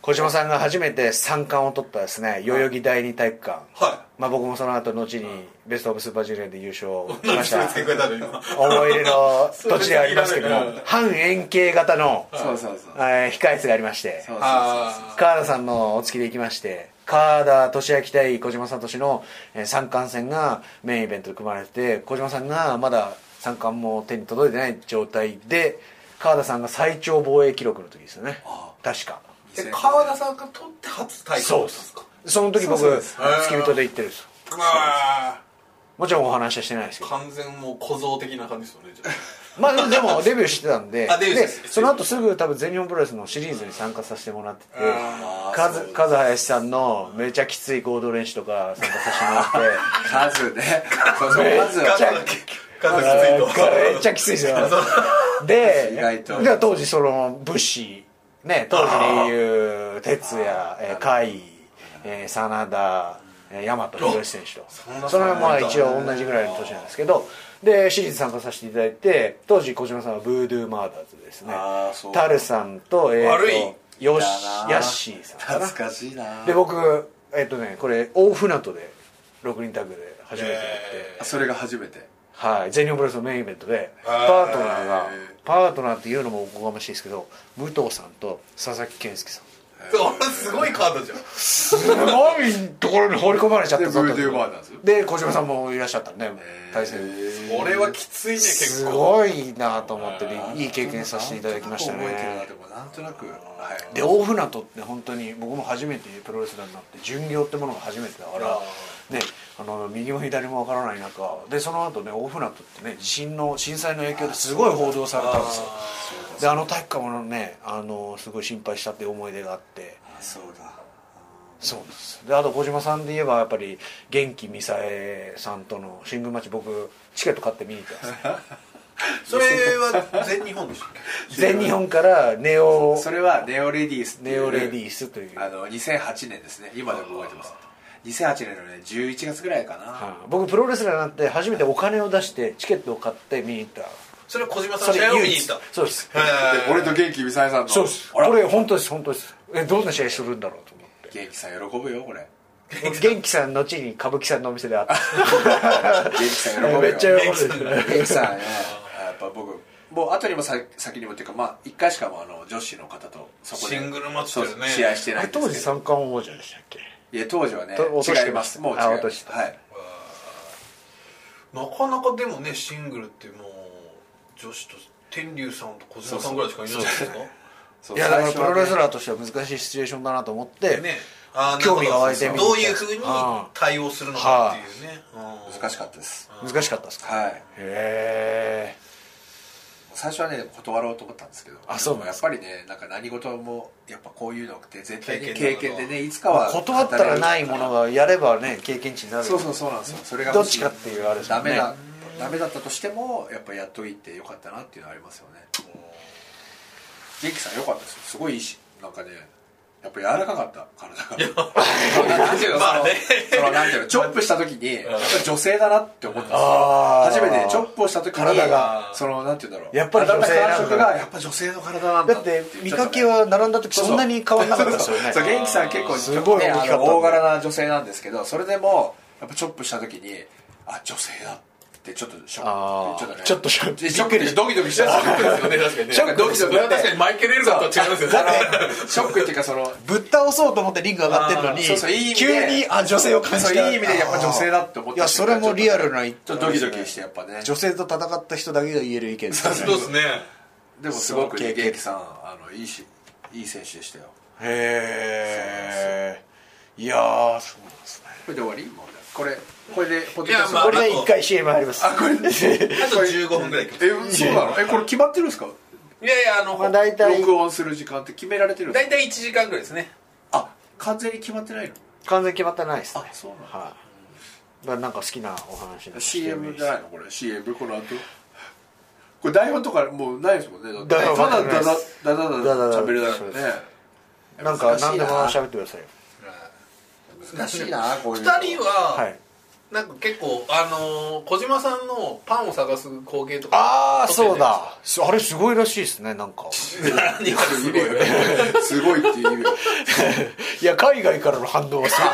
Speaker 1: 小島さんが初めて三冠を取ったですね代々木第二体育館
Speaker 2: は
Speaker 1: まあ僕もその後後にベストオブスーパージュニアで優勝し
Speaker 2: い何
Speaker 1: ま
Speaker 2: で
Speaker 1: し
Speaker 2: それ
Speaker 1: た
Speaker 2: つけてくれたの今
Speaker 1: 思い入れの土地ではありますけど
Speaker 2: それ
Speaker 1: も 半円形型の、
Speaker 3: そうそうそう
Speaker 1: えー控え室がありまして
Speaker 3: そうそうそう
Speaker 2: あ
Speaker 1: 川田さんのお付きで行きまして川田俊明対小島聡のえー三冠戦がメインイベントで組まれて小島さんがまだ三冠も手に届いてない状態で川田さんが最長防衛記録の時ですよね
Speaker 3: あ
Speaker 1: 確か
Speaker 2: で川田さんが取って初対
Speaker 1: そうで
Speaker 2: 戦です
Speaker 1: す
Speaker 2: か
Speaker 1: その時僕
Speaker 3: そうそう
Speaker 1: 付
Speaker 3: です
Speaker 1: き人で行ってるんですよ
Speaker 2: うわー
Speaker 1: もちろんお話はしてないですけど
Speaker 2: 完全もう小僧的な感じですよねじゃ
Speaker 1: まあでもデビューしてたんで
Speaker 2: あデビュー
Speaker 1: で
Speaker 2: して
Speaker 1: その後すぐ多分全日本プロレスのシリーズに参加させてもらってて
Speaker 2: あ
Speaker 3: ー
Speaker 1: カズ
Speaker 3: そうです
Speaker 1: カズ林さんのめちゃきつい合同練習とか参加させてもらって
Speaker 3: カズ ねそうそうカズ
Speaker 1: めっちゃ
Speaker 3: は
Speaker 2: あ
Speaker 1: あ
Speaker 2: 風がきついと
Speaker 1: ーめっちゃきついですよで
Speaker 3: 意外と
Speaker 1: で当時その物資ね当時でいう哲也えー甲斐えー真田えー大和宏選手と
Speaker 2: そんな
Speaker 1: それはまあ
Speaker 2: そんな
Speaker 1: 一応同じぐらいの年なんですけどでシリーズ参加させていただいて当時小島さんはブードゥーマーダーズですね
Speaker 3: あーそう
Speaker 1: タルさんと,、えーと
Speaker 2: 悪い
Speaker 1: ヨシ
Speaker 3: だな
Speaker 1: ヤッシーさんかな
Speaker 3: 懐かしいな
Speaker 1: で僕えっ、とねこれ大船渡で6人タッグで初めてやって、
Speaker 2: え
Speaker 3: それが初めて
Speaker 1: はい、全日本プロレスのメインイベントでパートナーがパートナーっていうのもおこがましいですけど武藤さんと佐々木健介さん
Speaker 2: ーすごいカードじゃん
Speaker 1: すごいところに放り込まれちゃったぞ
Speaker 3: で
Speaker 1: と
Speaker 3: ブードゥーバーダーズ
Speaker 1: で小島さんもいらっしゃったんで対戦
Speaker 2: 俺はきついね結
Speaker 1: す
Speaker 2: 構
Speaker 1: ごいなと思っていい経験させていただきました
Speaker 3: なんとなく覚え
Speaker 1: ね
Speaker 3: てるなでもなんとなくはい
Speaker 1: で大船渡って本当に僕も初めてプロレスラーになって巡業ってものが初めてだからねあの右も左もわからない中でその後ね大船渡ってね地震の震災の影響ですごい報道されたんですよであの体育館もねあのすごい心配したっていう思い出があって
Speaker 3: そうだ
Speaker 1: そうなんですであと小島さんで言えばやっぱり元気みさえさんとのシングルマッチ僕チケット買って見に行ったんですね
Speaker 2: それは全日本でしたっ
Speaker 1: 全日本からネオ
Speaker 3: それはネオレディースっていう
Speaker 1: ネオレディースという
Speaker 3: あの2008年ですね今でも覚えてます2008年のね11月ぐらいかな、
Speaker 1: はい僕プロレスラーになって初めてお金を出してチケットを買って見に行った
Speaker 2: けそれは小島さん試合を見に行った
Speaker 1: そうです
Speaker 2: へ
Speaker 3: で俺と元気美沙恵さんの
Speaker 1: そうです
Speaker 3: あら
Speaker 1: これ本当です本当ですえどんな試合するんだろうと思っ
Speaker 3: 元気さん喜ぶよこれ
Speaker 1: て元気さん後に歌舞伎さんのお店で会った
Speaker 3: 元気さん喜ぶよ
Speaker 1: めっちゃ喜んでる
Speaker 3: 元気さんねやっぱ僕もう後にもさ先にもっていうかまあ1回しかもうあの女子の方とそこで
Speaker 2: シングルマッチだよね
Speaker 3: そう試合してないんですけど
Speaker 1: 当時三冠王者でしたっけ
Speaker 3: いや当時はね
Speaker 1: と落として
Speaker 3: 違いますもう違い
Speaker 1: あ
Speaker 3: ま
Speaker 1: 落とし
Speaker 3: す
Speaker 1: た
Speaker 3: はい
Speaker 2: なかなかでもねシングルってもう女子と天竜さんと小島さんぐらいしかいないじゃないですか
Speaker 3: そう
Speaker 1: いやだから
Speaker 3: 最
Speaker 1: プ
Speaker 3: 初はね
Speaker 1: ロレスラーとしては難しいシチュエーションだなと思って、
Speaker 2: ねあー
Speaker 1: 興味が湧いてみ
Speaker 2: な
Speaker 1: て
Speaker 2: んかどういうふうに対応するのかっていうね
Speaker 3: 難しかったです
Speaker 1: 難しかったですか
Speaker 3: はい
Speaker 1: へえ
Speaker 3: 最初はね断ろうと思ったんですけど
Speaker 1: あそうなんで
Speaker 3: でもやっぱりねなんか何事もやっぱこういうのって絶対に
Speaker 2: 経験だ
Speaker 3: 経
Speaker 2: から
Speaker 3: 験でねいつかは
Speaker 1: 断ったらないものがやればね経験値になる
Speaker 3: そうそうそうなんですよそれが
Speaker 1: どっちかっていうあれですよ
Speaker 3: ダ
Speaker 1: ね
Speaker 3: メだダメだったとしてもやっぱやっといてよかったなっていうのはありますよね元気さんよかったですよすごいいいしなんかねやっぱ柔らかかった体がなんていうの
Speaker 2: まあね
Speaker 3: そのそのなんていうのチョップした時にやっぱり女性だなって思ったんですよ
Speaker 1: あー
Speaker 3: 初めてねチョップをした時に
Speaker 1: 体が
Speaker 3: そのなんていうんだろう
Speaker 1: やっぱり女性なんだ
Speaker 3: 体の感触がやっぱ女性の体なんだ
Speaker 1: だっ
Speaker 3: 言
Speaker 1: て
Speaker 3: っちゃたね
Speaker 1: 見かけは並んだ時そんなに変わんなかったですよね
Speaker 3: そう元気さん結構
Speaker 1: すごい大
Speaker 3: ね
Speaker 1: きかったんで
Speaker 3: あの大柄な女性なんですけどそれでもやっぱチョップした時にあ女性だってちょっとショ
Speaker 1: あー
Speaker 3: ックちょっとね
Speaker 1: ちょっとショック
Speaker 3: ショックでドキドキし ちゃ
Speaker 2: で
Speaker 3: う
Speaker 2: すよね確かにねドキドキ
Speaker 3: だって
Speaker 2: 確かにマイケル・エルガーとは違いますよね
Speaker 3: あのショックっていうかその
Speaker 1: ぶっ倒そうと思ってリング上がってるのに
Speaker 3: そうそういい意味で
Speaker 1: 急にあ女性を感じ
Speaker 3: そう
Speaker 1: た
Speaker 3: いい意味でやっぱ女性だって思った
Speaker 1: いやそれもリアルな
Speaker 3: ちょっとドキドキしてやっぱね
Speaker 1: 女性と戦った人だけが言える意見ですね
Speaker 2: そうですね
Speaker 3: でもすごく
Speaker 1: そう
Speaker 3: ね
Speaker 1: 経験
Speaker 3: 元気さんあのいいしいい選手でしたよ
Speaker 1: へえいやーそうなんですね
Speaker 3: これで終わりもうこれこれでポテ
Speaker 2: いや
Speaker 3: ト
Speaker 2: まあ
Speaker 1: これで一回 CM 入ります
Speaker 3: あこれ
Speaker 2: あと15分ぐらいいきます
Speaker 3: えそうなのえこれ決まってるんですか
Speaker 2: いやいやあの
Speaker 1: まあ大体
Speaker 3: 録音する時間って決められてるんです
Speaker 2: 大
Speaker 3: か
Speaker 2: 体1時間ぐらいですね
Speaker 3: あ完全に決まってないの
Speaker 1: 完全に決まってないですね
Speaker 3: あそうなの
Speaker 1: はいまあなんか好きなお話なんかしてもい
Speaker 3: CM
Speaker 1: いし
Speaker 3: じゃないのこれ CM この後これ台本とかもうないですもんねだって
Speaker 1: 台本
Speaker 3: ただ
Speaker 1: ない
Speaker 3: だ
Speaker 1: で
Speaker 3: だ
Speaker 1: す
Speaker 3: だだだだ喋るだけ
Speaker 1: そう
Speaker 3: ね
Speaker 1: ですなんか何でも
Speaker 3: 難しいな
Speaker 1: 喋ってくださいよ
Speaker 3: 難しいなこうい
Speaker 2: 2
Speaker 3: う
Speaker 2: 人
Speaker 3: の
Speaker 2: は、
Speaker 1: はい
Speaker 2: なんか結構あのー小島さんのパンを探す光景とか
Speaker 1: ああそうだあれすごいらしいですねなんか
Speaker 2: 何がすごいよね
Speaker 3: すごいっていう意味
Speaker 1: いや海外からの反応はすごい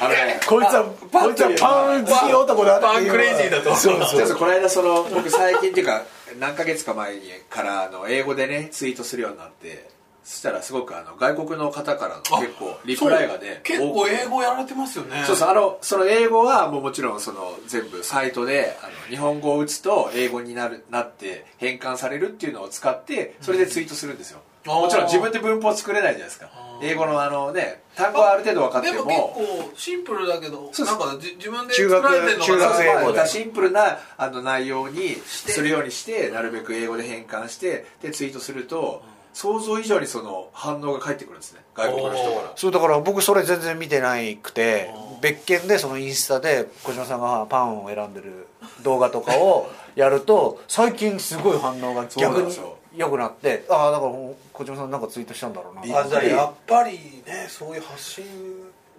Speaker 3: あのね
Speaker 1: こいつはこいつはパン好き男だっていう
Speaker 2: パンクレイジーだと
Speaker 1: そう
Speaker 3: ちょっ
Speaker 1: そ
Speaker 3: と
Speaker 1: う
Speaker 3: この間その僕最近っていうか何ヶ月か前にからあの英語でねツイートするようになってそしたらすごくあの外国の方からの結構リプライがね
Speaker 2: そう結
Speaker 3: 多
Speaker 2: 構
Speaker 3: くて
Speaker 2: 英語やられてますよね
Speaker 3: そうそうあのその英語はもうもちろんその全部サイトであの日本語を打つと英語になるなって変換されるっていうのを使ってそれでツイートするんですよ、
Speaker 2: うん
Speaker 3: もちろん自分で文法作れないじゃないですか
Speaker 2: あー
Speaker 3: 英語のあのね単語はある程度分かって
Speaker 2: でも
Speaker 3: も
Speaker 2: 結構シンプルだけど
Speaker 3: そう
Speaker 2: な
Speaker 3: そ
Speaker 2: ん
Speaker 3: う
Speaker 2: かじ自分で
Speaker 1: 中
Speaker 2: 作
Speaker 1: 学
Speaker 2: られてるの
Speaker 1: 中
Speaker 2: が
Speaker 1: 学生英語で
Speaker 3: まあシンプルなあの内容にするようにしてなるべく英語で変換してでツイートすると想像以上にその反応が返ってくるんですね外国の人から
Speaker 1: そうだから僕それ全然見てないくて
Speaker 2: あー
Speaker 1: 別件でそのインスタで小島さんがパンを選んでる動画とか をやると最近すごい反応が
Speaker 3: そうな
Speaker 1: 逆
Speaker 3: んで
Speaker 1: に
Speaker 3: すよ
Speaker 1: 良くなってああだから小島さんなんかツイートしたんだろうな
Speaker 2: あじゃあやっぱりねそういう発信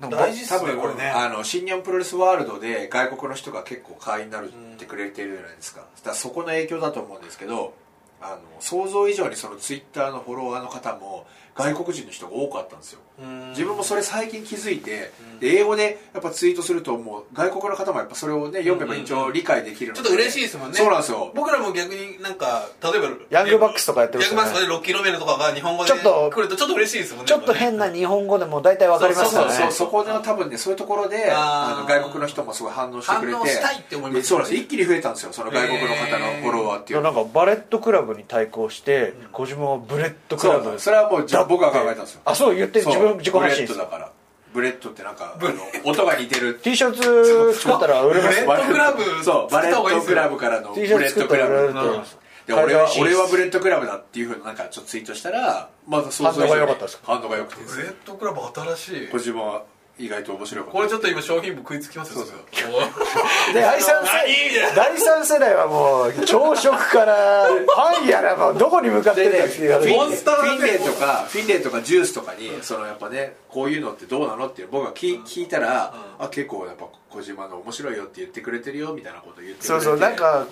Speaker 2: 大事っす
Speaker 3: 多
Speaker 2: ね
Speaker 3: 分
Speaker 2: これね
Speaker 3: あの新日本プロレスワールドで外国の人が結構会員になるってくれてるじゃないですか,、だからそこの影響だと思うんですけどあの想像以上にそのツイッターのフォロワーの方も外国人の人が多かったんですよ
Speaker 2: うん
Speaker 3: 自分もそれ最近気づいて、で英語でやっぱツイートするともう外国の方もやっぱそれをね読めば一応理解できるの
Speaker 2: ち
Speaker 3: で
Speaker 2: ょっと嬉しいですもんね
Speaker 3: そうなんですよ
Speaker 2: 僕らも逆になんか例えば
Speaker 1: ヤングバックスとかやってますよね
Speaker 2: ヤングバックスとかで6キロメールとかが日本語で
Speaker 1: ちょっと
Speaker 2: 来るとちょっと嬉しいですもんね
Speaker 1: ちょっと変な日本語でも大体わかりますよ
Speaker 3: そうそう
Speaker 1: ね
Speaker 3: そこの多分ねそういうところで
Speaker 2: あー
Speaker 3: あの外国の人もすごい反応してくれて
Speaker 2: 反応したいって思いますよね
Speaker 3: でそうなんです一気に増えたんですよその外国の方のフォロワーっていうの
Speaker 1: なんかバレットクラブに対抗して小島はブレットク
Speaker 3: そ
Speaker 1: ラ
Speaker 3: う
Speaker 1: ブ
Speaker 3: それはもう自分僕が考えたんですよ
Speaker 1: あそう言って
Speaker 3: そう
Speaker 1: 自分自己発信
Speaker 3: ブレッドだからブレッドってなんかあの音が似てる
Speaker 1: T シャツ作ったら売れます
Speaker 2: ブレッドクラブ
Speaker 3: そうバ
Speaker 2: 作っ
Speaker 3: レ
Speaker 2: た方
Speaker 3: ッ
Speaker 2: がいい
Speaker 3: ド
Speaker 2: ですよ
Speaker 3: クラブからのブ
Speaker 1: T
Speaker 3: レ
Speaker 1: シャツ
Speaker 3: ッ
Speaker 1: 作っ
Speaker 3: ド
Speaker 1: た
Speaker 3: ク
Speaker 1: ら売
Speaker 3: ラブ
Speaker 1: れると
Speaker 3: の
Speaker 1: 思います
Speaker 3: で俺は
Speaker 1: 海外進出
Speaker 3: 俺はブレッドクラブだっていうふうになんかちょっとツイートしたらまだ想像以上に
Speaker 1: 反応が良かったですか
Speaker 3: 反応が良くて
Speaker 2: ブレッドクラブ新しい
Speaker 3: 小島は意外と面白い
Speaker 2: これちょっ
Speaker 3: っ
Speaker 2: と今商品部食いつきますよ
Speaker 3: そう
Speaker 2: それおー
Speaker 1: で第三世第三世代はもう朝食からパンやらもうどこに向かって
Speaker 3: で
Speaker 1: るか
Speaker 3: ね
Speaker 1: っていう話
Speaker 2: モン
Speaker 3: フ
Speaker 2: スターだね
Speaker 3: ィンレイとかフィンレイとかジュースとかにそのやっぱねこういうのってどうなのっていう僕が聞い聞いたらあ結構やっぱ小島の面白いよって言ってくれてるよみたいなこと言ってくれて
Speaker 1: そうそうなんか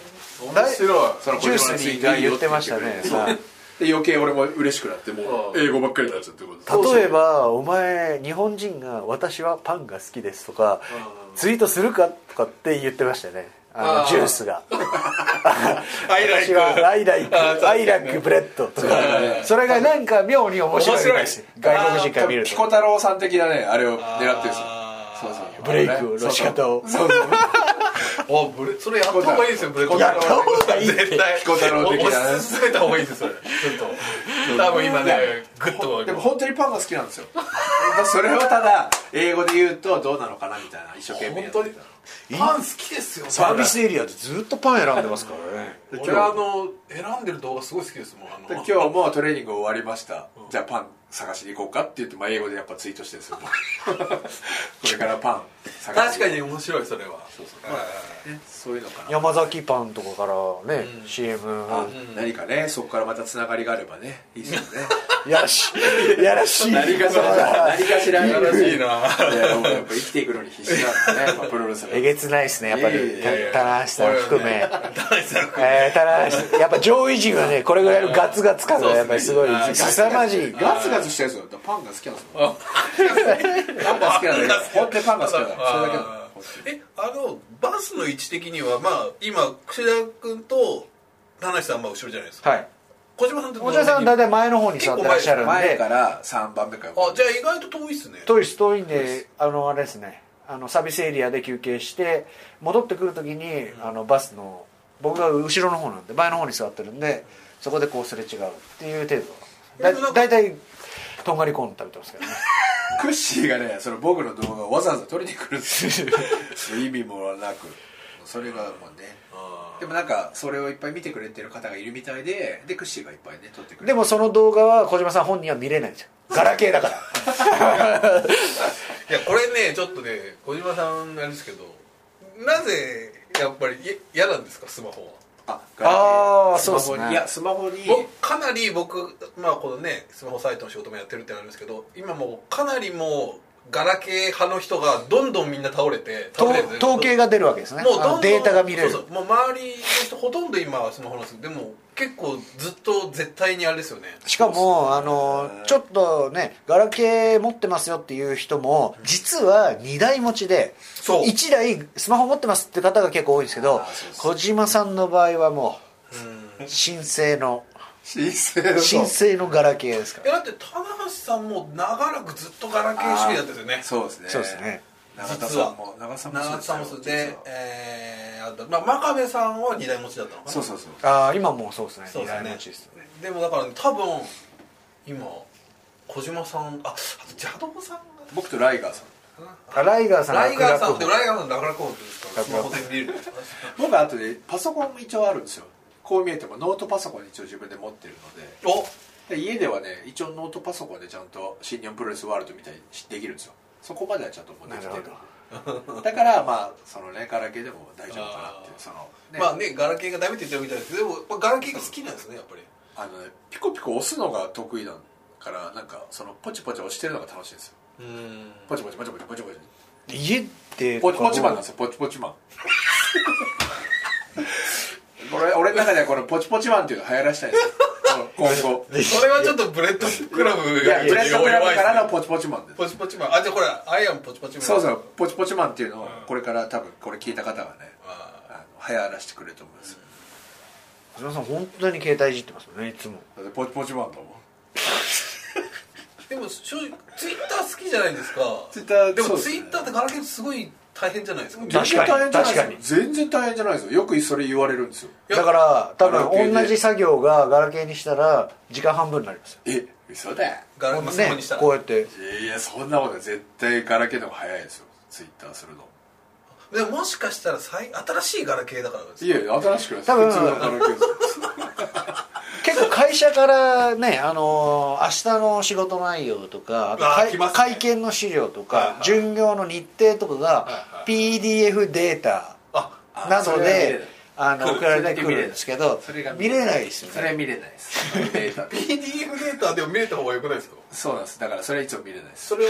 Speaker 2: 面白い
Speaker 3: その
Speaker 1: ジュースに言ってましたねはい
Speaker 3: で余計俺も嬉しくなってもう
Speaker 2: うん
Speaker 3: 英語ばっかりになっちゃってことです
Speaker 1: 例えば「お前日本人が私はパンが好きです」とか
Speaker 2: うん
Speaker 1: ツイートするかとかって言ってましたよねあ
Speaker 2: あ
Speaker 1: の
Speaker 2: ー
Speaker 1: ジュースが
Speaker 2: アイライ
Speaker 1: 私
Speaker 2: ク
Speaker 1: はアイライ
Speaker 2: あーそうです
Speaker 1: ク
Speaker 2: ね
Speaker 1: アイラックブレッドとかそれがなんか妙に面白い
Speaker 2: 面白い
Speaker 1: 外国人から見る
Speaker 3: ピコ
Speaker 1: と
Speaker 3: 太郎さん的なねあれを狙ってるんですよ
Speaker 2: あー
Speaker 3: そうそう
Speaker 1: ブレイクの仕方を
Speaker 3: そうそうそう
Speaker 2: おブレそれやった方がいいですよブレッドク
Speaker 1: や
Speaker 2: ラ
Speaker 1: っ
Speaker 2: ブ
Speaker 1: た方がいいって
Speaker 2: 絶対
Speaker 3: 彦太郎的なね
Speaker 2: お進めた方がいいですそれちょっと多分今ねグッと
Speaker 3: でも本当にパンが好きなんですよ それをただ英語で言うとどうなのかなみたいな一生懸命
Speaker 2: 本
Speaker 3: やって
Speaker 2: 当にパン好きですよね
Speaker 1: サービスエリアでずっとパン選んでますからね
Speaker 3: 今日
Speaker 2: 俺あの選んでる動画すごい好きですもんあの
Speaker 3: で今日もうトレーニング終わりました、じゃあパン探しに行こうかって言って、まあ、英語でやっぱツイートして るんですよこれからパン探し
Speaker 2: 確か
Speaker 3: に
Speaker 2: に面白いそれはそうそう
Speaker 3: そういうのかな
Speaker 1: 山崎パンとかからね CM
Speaker 3: あ何かねそこからまたつながりがあればねいい ですよね
Speaker 1: やらしいやらしい
Speaker 3: 何か しら何かしら
Speaker 2: やらしいない
Speaker 3: やもうやっぱ生きていくのに必死なんでね、まあ、プロレスラー
Speaker 1: えげつないですねやっぱり
Speaker 3: いやいやいや
Speaker 1: た棚橋さん含め
Speaker 2: 高橋さん
Speaker 1: えー棚橋やっぱ上位陣はねこれぐらいのガツガツ感がやっぱりすごい
Speaker 2: そうですね
Speaker 1: 凄まじい
Speaker 3: ガツガツしてるんですよだからパンが好きなんですよパンが好きなんだけど本当にパンが好きなんだよそれだけなの
Speaker 2: えあのバスの位置的にはまあ今櫛田君と七井さんは後ろじゃないですか、
Speaker 1: はい
Speaker 2: 小島さんってどの
Speaker 1: おじさんは大体前の方に座ってらっしゃるん
Speaker 3: 前
Speaker 1: で
Speaker 3: から3番目から
Speaker 2: あじゃあ意外と遠いっすね
Speaker 1: 遠いです遠いんであのあれですねあのサービスエリアで休憩して戻ってくるときにあのバスの僕が後ろの方なんで前の方に座ってるんでそこでこうすれ違うっていう程度
Speaker 2: でも
Speaker 1: だ
Speaker 2: なんか
Speaker 1: 大体とんがりコーン食べてますけ どね
Speaker 3: クッシーがねその僕の動画をわざわざ撮りに来るんですよ意味もなくそれがもうね
Speaker 2: あ
Speaker 3: でもなんかそれをいっぱい見てくれてる方がいるみたいででクッシーがいっぱいね撮ってくれて
Speaker 1: でもその動画は小島さん本人は見れないんですよガラケーだから
Speaker 2: ーいやこれねちょっとね小島さんあれですけどなぜやっぱりい嫌なんですかスマホは
Speaker 3: あ
Speaker 1: あー
Speaker 3: スマ
Speaker 1: そ
Speaker 3: ホ
Speaker 1: うっ
Speaker 3: に
Speaker 1: すね
Speaker 3: いやスマホに
Speaker 2: 僕かなり僕まあこのねスマホサイトの仕事もやってるってなるんですけど今もうかなりもうガラケー派の人がどんどんみんな倒れて倒
Speaker 1: 統
Speaker 2: れて
Speaker 1: 統計が出るわけですね
Speaker 2: もうどん
Speaker 1: あ
Speaker 2: どん
Speaker 1: のデータが見れる
Speaker 2: そうそうもう周りの人ほとんど今はスマホなんですけどでも結構ずっと絶対にあれですよね
Speaker 1: しかもあの
Speaker 3: うん
Speaker 1: ちょっとねガラケー持ってますよっていう人も実は2台持ちで
Speaker 2: そう
Speaker 1: 1台スマホ持ってますって方が結構多いんですけど
Speaker 3: あーそうです
Speaker 1: 小島さんの場合はも
Speaker 2: うん
Speaker 1: う新生の
Speaker 3: 申請の
Speaker 1: 新生のガラケーですか
Speaker 2: いや
Speaker 1: ら
Speaker 2: だって棚橋さんも長らくずっとガラケー主義だったんですよね
Speaker 3: そうですね
Speaker 1: そうですね
Speaker 3: 長田さんも長田さんも
Speaker 2: 長田さんもそう
Speaker 3: ですよ
Speaker 2: でえーあとまあ真壁さんは二台持ちだったのかな
Speaker 3: そうそうそう
Speaker 1: ああ今もうそうですね
Speaker 2: そう
Speaker 1: 2
Speaker 2: ですね
Speaker 1: 台持ちですね
Speaker 2: でもだから、ね、多分今小島さんああと邪道さんが
Speaker 3: 僕とライガーさん
Speaker 1: あライガーさん
Speaker 2: ライガーさ
Speaker 1: 楽
Speaker 2: んで
Speaker 1: 々
Speaker 2: ライガーさん楽々コードですからスマホで見れる
Speaker 3: 僕あとでパソコンも一応あるんですよこう見えてもノートパソコン一応自分で持ってるので
Speaker 2: お
Speaker 3: で家ではね一応ノートパソコンでちゃんと新日本プロレスワールドみたいにできるんですよそこまではちゃんともうできて
Speaker 1: なる
Speaker 3: るだからまあそのねガラケーでも大丈夫かなっていう
Speaker 2: あー
Speaker 3: その、ね
Speaker 2: まあねガラケーがダメって言ってるみたいですけどでも、まあ、ガラケーが好きなんですねやっぱり
Speaker 3: あのねピコピコ押すのが得意だからなんかそのポチポチ押してるのが楽しいんですよ
Speaker 2: うん
Speaker 3: ポチポチポチポチポチポチ
Speaker 1: 家で
Speaker 3: ポチポチマンなんですよポチポ チマン俺俺の中ではこのポチポチマンっていうの流行らしたいんですよこの今後
Speaker 2: それはちょっとブレッドクラブ
Speaker 3: いやブレッドクラブからの
Speaker 2: ポ
Speaker 3: ポチポチマンです
Speaker 2: ポチポチマンあじゃあこれアイアンポチポチマン
Speaker 3: そうそうポチポチマンっていうのをこれから多分これ聞いた方がね
Speaker 2: あ
Speaker 3: あの流行らしてくれると思います
Speaker 1: 小島さん本当に携帯いじってますよねいつも
Speaker 3: だってポチポチマンだもん
Speaker 2: ーでも正直ツイッター好きじゃないですか
Speaker 3: Twitter
Speaker 2: でも
Speaker 3: そうで
Speaker 2: ツ
Speaker 3: すね
Speaker 2: イッターってガラケーってすごい大変じゃないですか
Speaker 1: 確かに
Speaker 3: 全然大変じゃないですよ全然大変じゃないですよよくそれ言われるんですよ
Speaker 2: や
Speaker 1: だから多
Speaker 3: ガラケー
Speaker 1: 分
Speaker 3: で
Speaker 1: 同じ作業がガラケーにしたら時間半分になりますよ
Speaker 3: え嘘だよ
Speaker 2: ガラケースマホにした
Speaker 1: ね
Speaker 2: ら
Speaker 1: こうやって
Speaker 3: いやそんなことない絶対ガラケーの方が早いですよツイッターするの
Speaker 2: でももしかしたら最新しいガラケーだからです
Speaker 3: いやいや新しくないです
Speaker 1: 多分
Speaker 3: 普通のガラケーです
Speaker 1: 結構会社からね、あのー明日の仕事内容とかあと
Speaker 2: あー
Speaker 1: 会
Speaker 2: 来ますね
Speaker 1: 会見の資料とか、
Speaker 2: はいはい
Speaker 1: 巡業の日程とかが
Speaker 2: は
Speaker 1: PDF データ
Speaker 2: あ
Speaker 3: あ
Speaker 1: な
Speaker 3: そ
Speaker 1: ど
Speaker 3: れは見れない
Speaker 1: であの
Speaker 2: 来る
Speaker 1: 送られてくるんですけど
Speaker 3: それが
Speaker 1: 見れないですよ
Speaker 3: そ
Speaker 1: ね
Speaker 3: れ見れないですデータ
Speaker 2: PDF データでも見れた方がよくないですか
Speaker 3: そうなんですだからそれいつも見れないです
Speaker 2: それを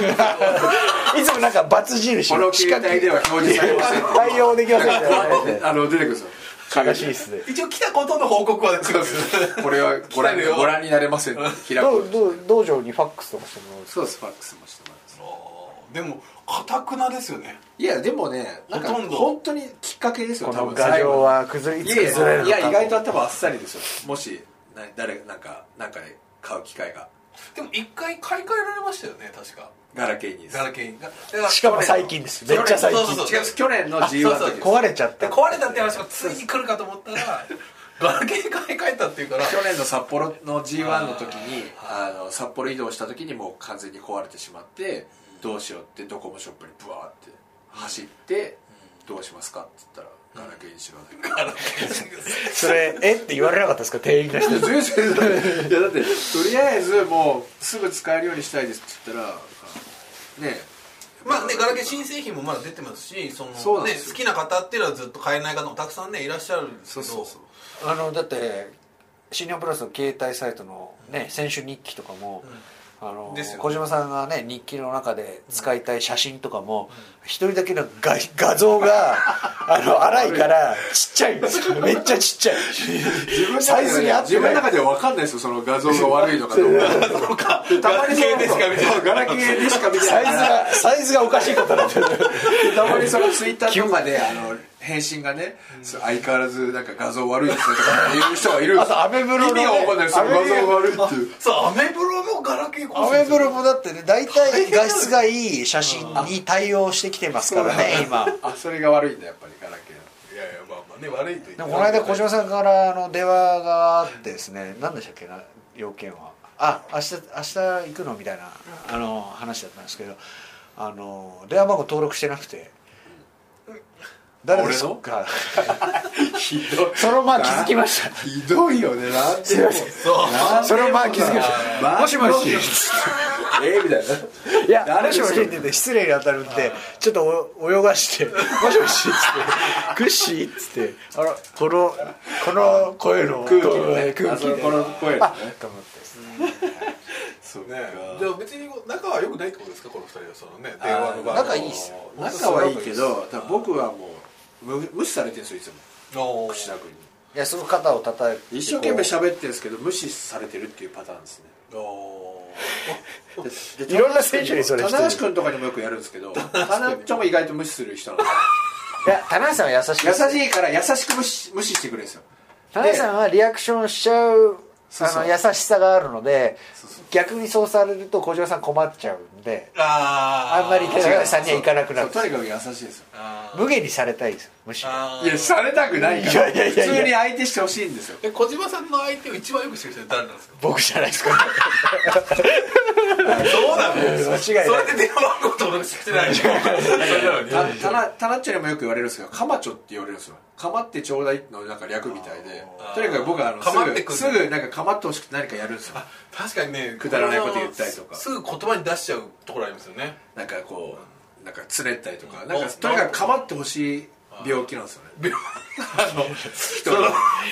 Speaker 1: いつもなんか×印
Speaker 3: この
Speaker 1: 四
Speaker 3: 携
Speaker 1: 角
Speaker 3: 帯で は表示されません
Speaker 1: 対応できませんみたいなのが出て
Speaker 3: あの出てくるんですよ
Speaker 1: 悲しいっすね
Speaker 2: 一応来たことの報告はです
Speaker 3: これはご覧
Speaker 2: 来たよ
Speaker 3: ご覧になれません開
Speaker 1: ど
Speaker 3: く
Speaker 1: うどう道場にファックスとかしてもらう
Speaker 3: そうですファックスもしてもらいます
Speaker 2: でもかたくなですよね
Speaker 3: いやでもねなんか
Speaker 2: ほとんど
Speaker 3: 本当にきっかけですよ
Speaker 1: こ
Speaker 3: 多
Speaker 1: の
Speaker 3: 分
Speaker 1: 牙
Speaker 3: 最
Speaker 1: 城
Speaker 3: 後
Speaker 1: は崩れい
Speaker 3: い
Speaker 1: つ崩れ
Speaker 3: や
Speaker 1: る
Speaker 3: い
Speaker 1: のか
Speaker 3: や意外と頭あっさりですよもしな誰なんかなんかで買う機会が
Speaker 2: でも一回買い替えられましたよね確か
Speaker 3: ガラケーにです
Speaker 2: ガラケーがだら
Speaker 1: しかも最近ですめっちゃ最近
Speaker 2: そうそうそう
Speaker 3: 違う去年の G1 の時です
Speaker 1: 壊れちゃった
Speaker 2: で壊れたって話がついに来るかと思った らガラケー買い替えたっていうから
Speaker 3: 去年の札幌の G1 の時に
Speaker 2: あ
Speaker 3: あの札幌移動した時にもう完全に壊れてしまってどうしようってドコモショップにブワーって走ってどうしますかって言ったらガラケーにしようって
Speaker 2: ガラケー
Speaker 1: それえって言われなかったですか店員が
Speaker 3: いや全然全然いやだってとりあえずもうすぐ使えるようにしたいですって言ったらね
Speaker 2: まあねガラケー新製品もまだ出てますしその
Speaker 3: そうなん
Speaker 2: ね
Speaker 3: ですよ
Speaker 2: 好きな方っていうのはずっと買えない方もたくさんねいらっしゃるんですけ
Speaker 3: そう
Speaker 2: ど
Speaker 3: そうそう
Speaker 1: あのだって新日本プロレスの携帯サイトのね選手日記とかも、あの
Speaker 2: ですよね
Speaker 1: 小島さんがね日記の中で使いたい写真とかも一、人だけの画画像 があの荒いからちっちゃいんですよめっちゃちっちゃいサイズに合って
Speaker 3: 自分
Speaker 1: な
Speaker 3: の
Speaker 1: い
Speaker 3: 中では分かんないですよその画像が悪いのかどうかたまに
Speaker 2: ガラケーでしか見てない
Speaker 3: ガラケーでしか見てな
Speaker 1: サイ
Speaker 3: い
Speaker 1: ズがサイズがおかしいことになって る
Speaker 3: たまにそのツイッターとかであの返信がね、そう相変わらずなんか画像悪いですねとかっていう人がいるんです
Speaker 1: あとアメブロのね
Speaker 3: 意味が分かんないその画像が悪いっていう
Speaker 2: そうアメブロもガラケー
Speaker 1: アメブロもだってね大体画質がいい写真に対応してきてますからね今
Speaker 3: あそれが悪いんだやっぱりガラケー
Speaker 2: いやいやまあまあね悪いと言って
Speaker 1: でもこの間小島さんからあの電話があってですね何でしたっけな要件はあ明日明日行くのみたいなあの話だったんですけどあの電話番号登録してなくて誰ですか
Speaker 3: ひどい
Speaker 1: そのまま気づきました
Speaker 3: ひどいよねなんていうの
Speaker 2: そう
Speaker 3: なんて
Speaker 1: そのまま気づきまし
Speaker 3: ま
Speaker 1: た
Speaker 3: あ
Speaker 1: もしもし
Speaker 3: えみたいない
Speaker 1: や
Speaker 3: 誰
Speaker 1: も
Speaker 3: です
Speaker 1: し
Speaker 3: か
Speaker 1: もしって言って失礼に当たるんでちょっとお泳がして「もしもし」っつって「クッシー」っつってあらこのこの声の
Speaker 3: 空気をね
Speaker 1: 空
Speaker 3: あ
Speaker 1: 気
Speaker 3: その
Speaker 1: で
Speaker 3: この声の
Speaker 1: あ
Speaker 3: ね
Speaker 1: と思ってですね
Speaker 3: そう
Speaker 2: ねじゃあ別に仲は良くないってことですかこの二人はそのね電話の場合
Speaker 1: 仲いいっすよ
Speaker 3: 仲はいいけど多分僕はもう無無視されてるんですよいつ
Speaker 2: お
Speaker 3: も
Speaker 2: ー
Speaker 3: 串田君に
Speaker 1: いやその肩を叩いて
Speaker 3: 一生懸命喋ってるんですけど無視されてるっていうパターンですね
Speaker 2: お
Speaker 1: でいろんな選手にそれして
Speaker 3: 棚
Speaker 1: る
Speaker 3: 橋君とかにもよくやるんですけど棚橋ちゃんも意外と無視する人なの
Speaker 1: いや田中さんは優しい
Speaker 3: 優
Speaker 1: です
Speaker 3: しいから優しく無視無視してくれるんですよ
Speaker 1: 田中さんはリアクションしちゃう
Speaker 3: そうそう
Speaker 1: あの優しさがあるので
Speaker 3: そうそう
Speaker 1: 逆にそうされると小島さん困っちゃうんで
Speaker 2: あー
Speaker 1: あんまり手
Speaker 2: 違う
Speaker 1: がさんには行かなくなる
Speaker 3: そうとにかく優しいですよ
Speaker 2: あー
Speaker 1: 無限にされたいですむしろ
Speaker 2: あー
Speaker 3: いやされたくないか
Speaker 1: い
Speaker 3: ら
Speaker 1: やいやいやいや
Speaker 3: 普通に相手してほしいんですよ
Speaker 2: え小島さんの相手を一番よくしてる人は誰なんですか
Speaker 1: 僕じゃない ですか
Speaker 2: そうなの
Speaker 1: 間
Speaker 2: そ
Speaker 1: 違いない
Speaker 2: れで電話番号登録してないのそれなのに
Speaker 3: たたなたなっちゃんにもよく言われるんですけど「かまちょ」って言われるんですよ「かまってちょうだい」のなんか略みたいでとにかく僕はあの
Speaker 2: かまって
Speaker 3: す
Speaker 2: く
Speaker 3: ぐ
Speaker 2: る
Speaker 3: すぐなんかかまってほしくて何かやるんですよ
Speaker 2: 確かにね
Speaker 3: くだらないこと言ったりとか
Speaker 2: すぐ言葉に出しちゃうところありますよね
Speaker 3: なんかこうなんかつねったりとか
Speaker 2: うん
Speaker 3: なんかとにかくかまってほしい病気なんですよね
Speaker 2: 病あの
Speaker 3: 人
Speaker 2: その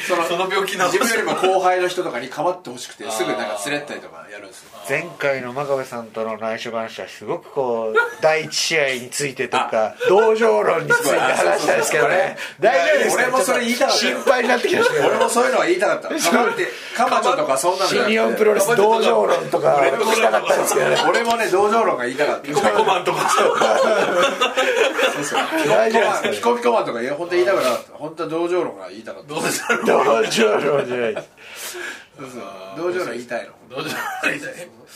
Speaker 3: その
Speaker 2: その病気なの
Speaker 3: 自分よりも後輩の人とかにかまってほしくてすぐなんかつねったりとかやるんですよ
Speaker 1: 前回の真壁さんとの内緒話はすごく こう第一試合についてとか同情論について話したんですけどね大丈夫ですか
Speaker 3: 俺もそれ言いたかった
Speaker 1: ちょっと心配になってきましたけど
Speaker 3: 俺もそういうのは言いたかったかまってかまちょとかそんなのじ
Speaker 1: 新
Speaker 3: ゃなくて
Speaker 1: 日本プロレス同情論とか
Speaker 2: 俺も
Speaker 1: 聞きたかったんですけどね
Speaker 3: 俺もね同情論が言いたかったピコ
Speaker 2: コマコマンとか
Speaker 3: そうそう
Speaker 1: 大丈夫です
Speaker 3: ピコピコマンとかいや本当に言いたかった本当は同情論が言いたかった
Speaker 2: どうじゃろう
Speaker 1: 同情論じゃないです
Speaker 3: そうそう同情論言いたいの
Speaker 2: どうじゃろう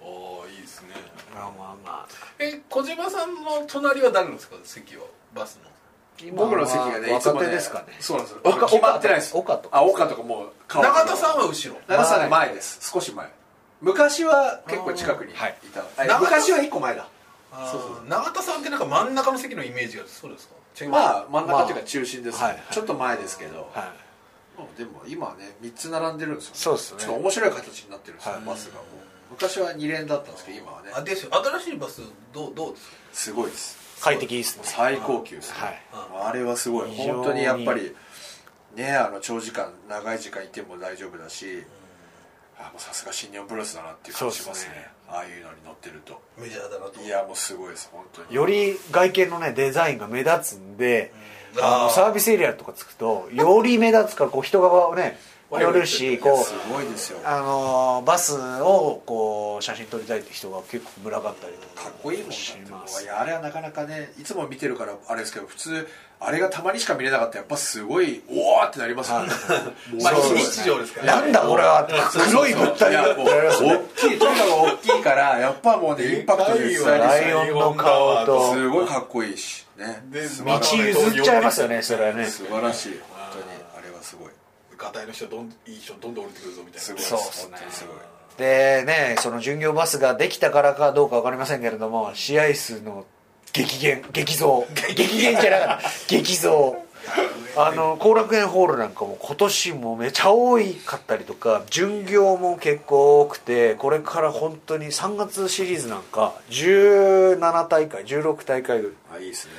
Speaker 2: おーいいですね
Speaker 1: まあまあまあ
Speaker 2: え小島さんの隣は誰なんですか席はバスの
Speaker 3: 僕の席がねいつ
Speaker 1: 若
Speaker 3: も
Speaker 1: 手
Speaker 3: ね
Speaker 1: ですかね
Speaker 3: そうなんですよ
Speaker 1: 岡
Speaker 3: 決まってないです
Speaker 1: 岡と
Speaker 3: あ岡とかもう顔
Speaker 2: 中田さんは後ろ
Speaker 3: 長さん前です少し前昔は結構近くにい
Speaker 1: はい
Speaker 3: た、あ
Speaker 2: 長田
Speaker 3: 昔は一個前だ
Speaker 2: そうそう永田さんってなんか真ん中の席のイメージがそうですか違う
Speaker 3: まあ真ん中っていうか中心です、
Speaker 1: まあはい
Speaker 3: ちょっと前ですけど、
Speaker 1: はい
Speaker 3: まあでも今はね3つ並んでるんですよ、
Speaker 1: そうですね
Speaker 3: ちょっと面白い形になってるんですよ、
Speaker 1: はい
Speaker 3: バスがもう昔は2連だったんですけど今はね
Speaker 2: あですよ新しいバスどうどうですか
Speaker 3: すごいです
Speaker 1: 快適ですね
Speaker 3: 最高級ですね、
Speaker 1: はい
Speaker 3: あれはすごい
Speaker 1: 非常に
Speaker 3: 本当にやっぱりねあの長時間長い時間いても大丈夫だしあもうさすが新日本プロレスだなっていう感じします
Speaker 1: そ
Speaker 3: ね
Speaker 1: うですね
Speaker 3: ああいうのに乗ってると
Speaker 2: メジャーだなと
Speaker 3: いやもうすごいです本当に
Speaker 1: より外見のねデザインが目立つんで
Speaker 2: うん
Speaker 1: あ
Speaker 2: あ
Speaker 1: の
Speaker 2: ー
Speaker 1: サービスエリアとかつくとより目立つからこう人がね寄るし
Speaker 2: いや
Speaker 1: こ
Speaker 3: す
Speaker 1: う
Speaker 3: ごいですよか
Speaker 1: あのーバスをこう写真撮りたいって人が結構群がったりとか
Speaker 3: っこいいもんだ
Speaker 1: し
Speaker 3: っ
Speaker 1: ま
Speaker 3: て
Speaker 1: す
Speaker 3: いやあれはなかなかねいつも見てるからあれですけど普通あれがたまにしか見れなかったらやっぱすごいおおってなりますよね もう
Speaker 2: まあ
Speaker 1: そう
Speaker 2: 非
Speaker 1: です
Speaker 2: 日常ですから
Speaker 1: な
Speaker 2: ね
Speaker 1: んだこれは 黒い物体
Speaker 3: いや
Speaker 1: が
Speaker 3: もう大きいとにかく大きいからやっぱもうねインパクトで伝わりま
Speaker 1: ラ
Speaker 3: す
Speaker 1: イ
Speaker 3: よ
Speaker 1: オンの顔と
Speaker 3: すごいかっこいいしね
Speaker 2: で
Speaker 3: 素晴
Speaker 1: 道
Speaker 3: らしい
Speaker 1: 譲っちゃいますよねそれはね
Speaker 3: 素晴らしい本当にあれはすごい
Speaker 2: ガタイの人どんいい人どんどん降りてくるぞみたい
Speaker 3: す
Speaker 2: な
Speaker 3: ごい
Speaker 1: そうっすね
Speaker 3: 本当にすごい
Speaker 1: でねその巡業バスができたからかどうかわかりませんけれども試合数の激減激増激減じゃなか った激増あの後楽園ホールなんかも今年もめちゃ多いかったりとか巡業も結構多くてこれから本当に3月シリーズなんか17大会16大会ぐらい
Speaker 3: あいいですね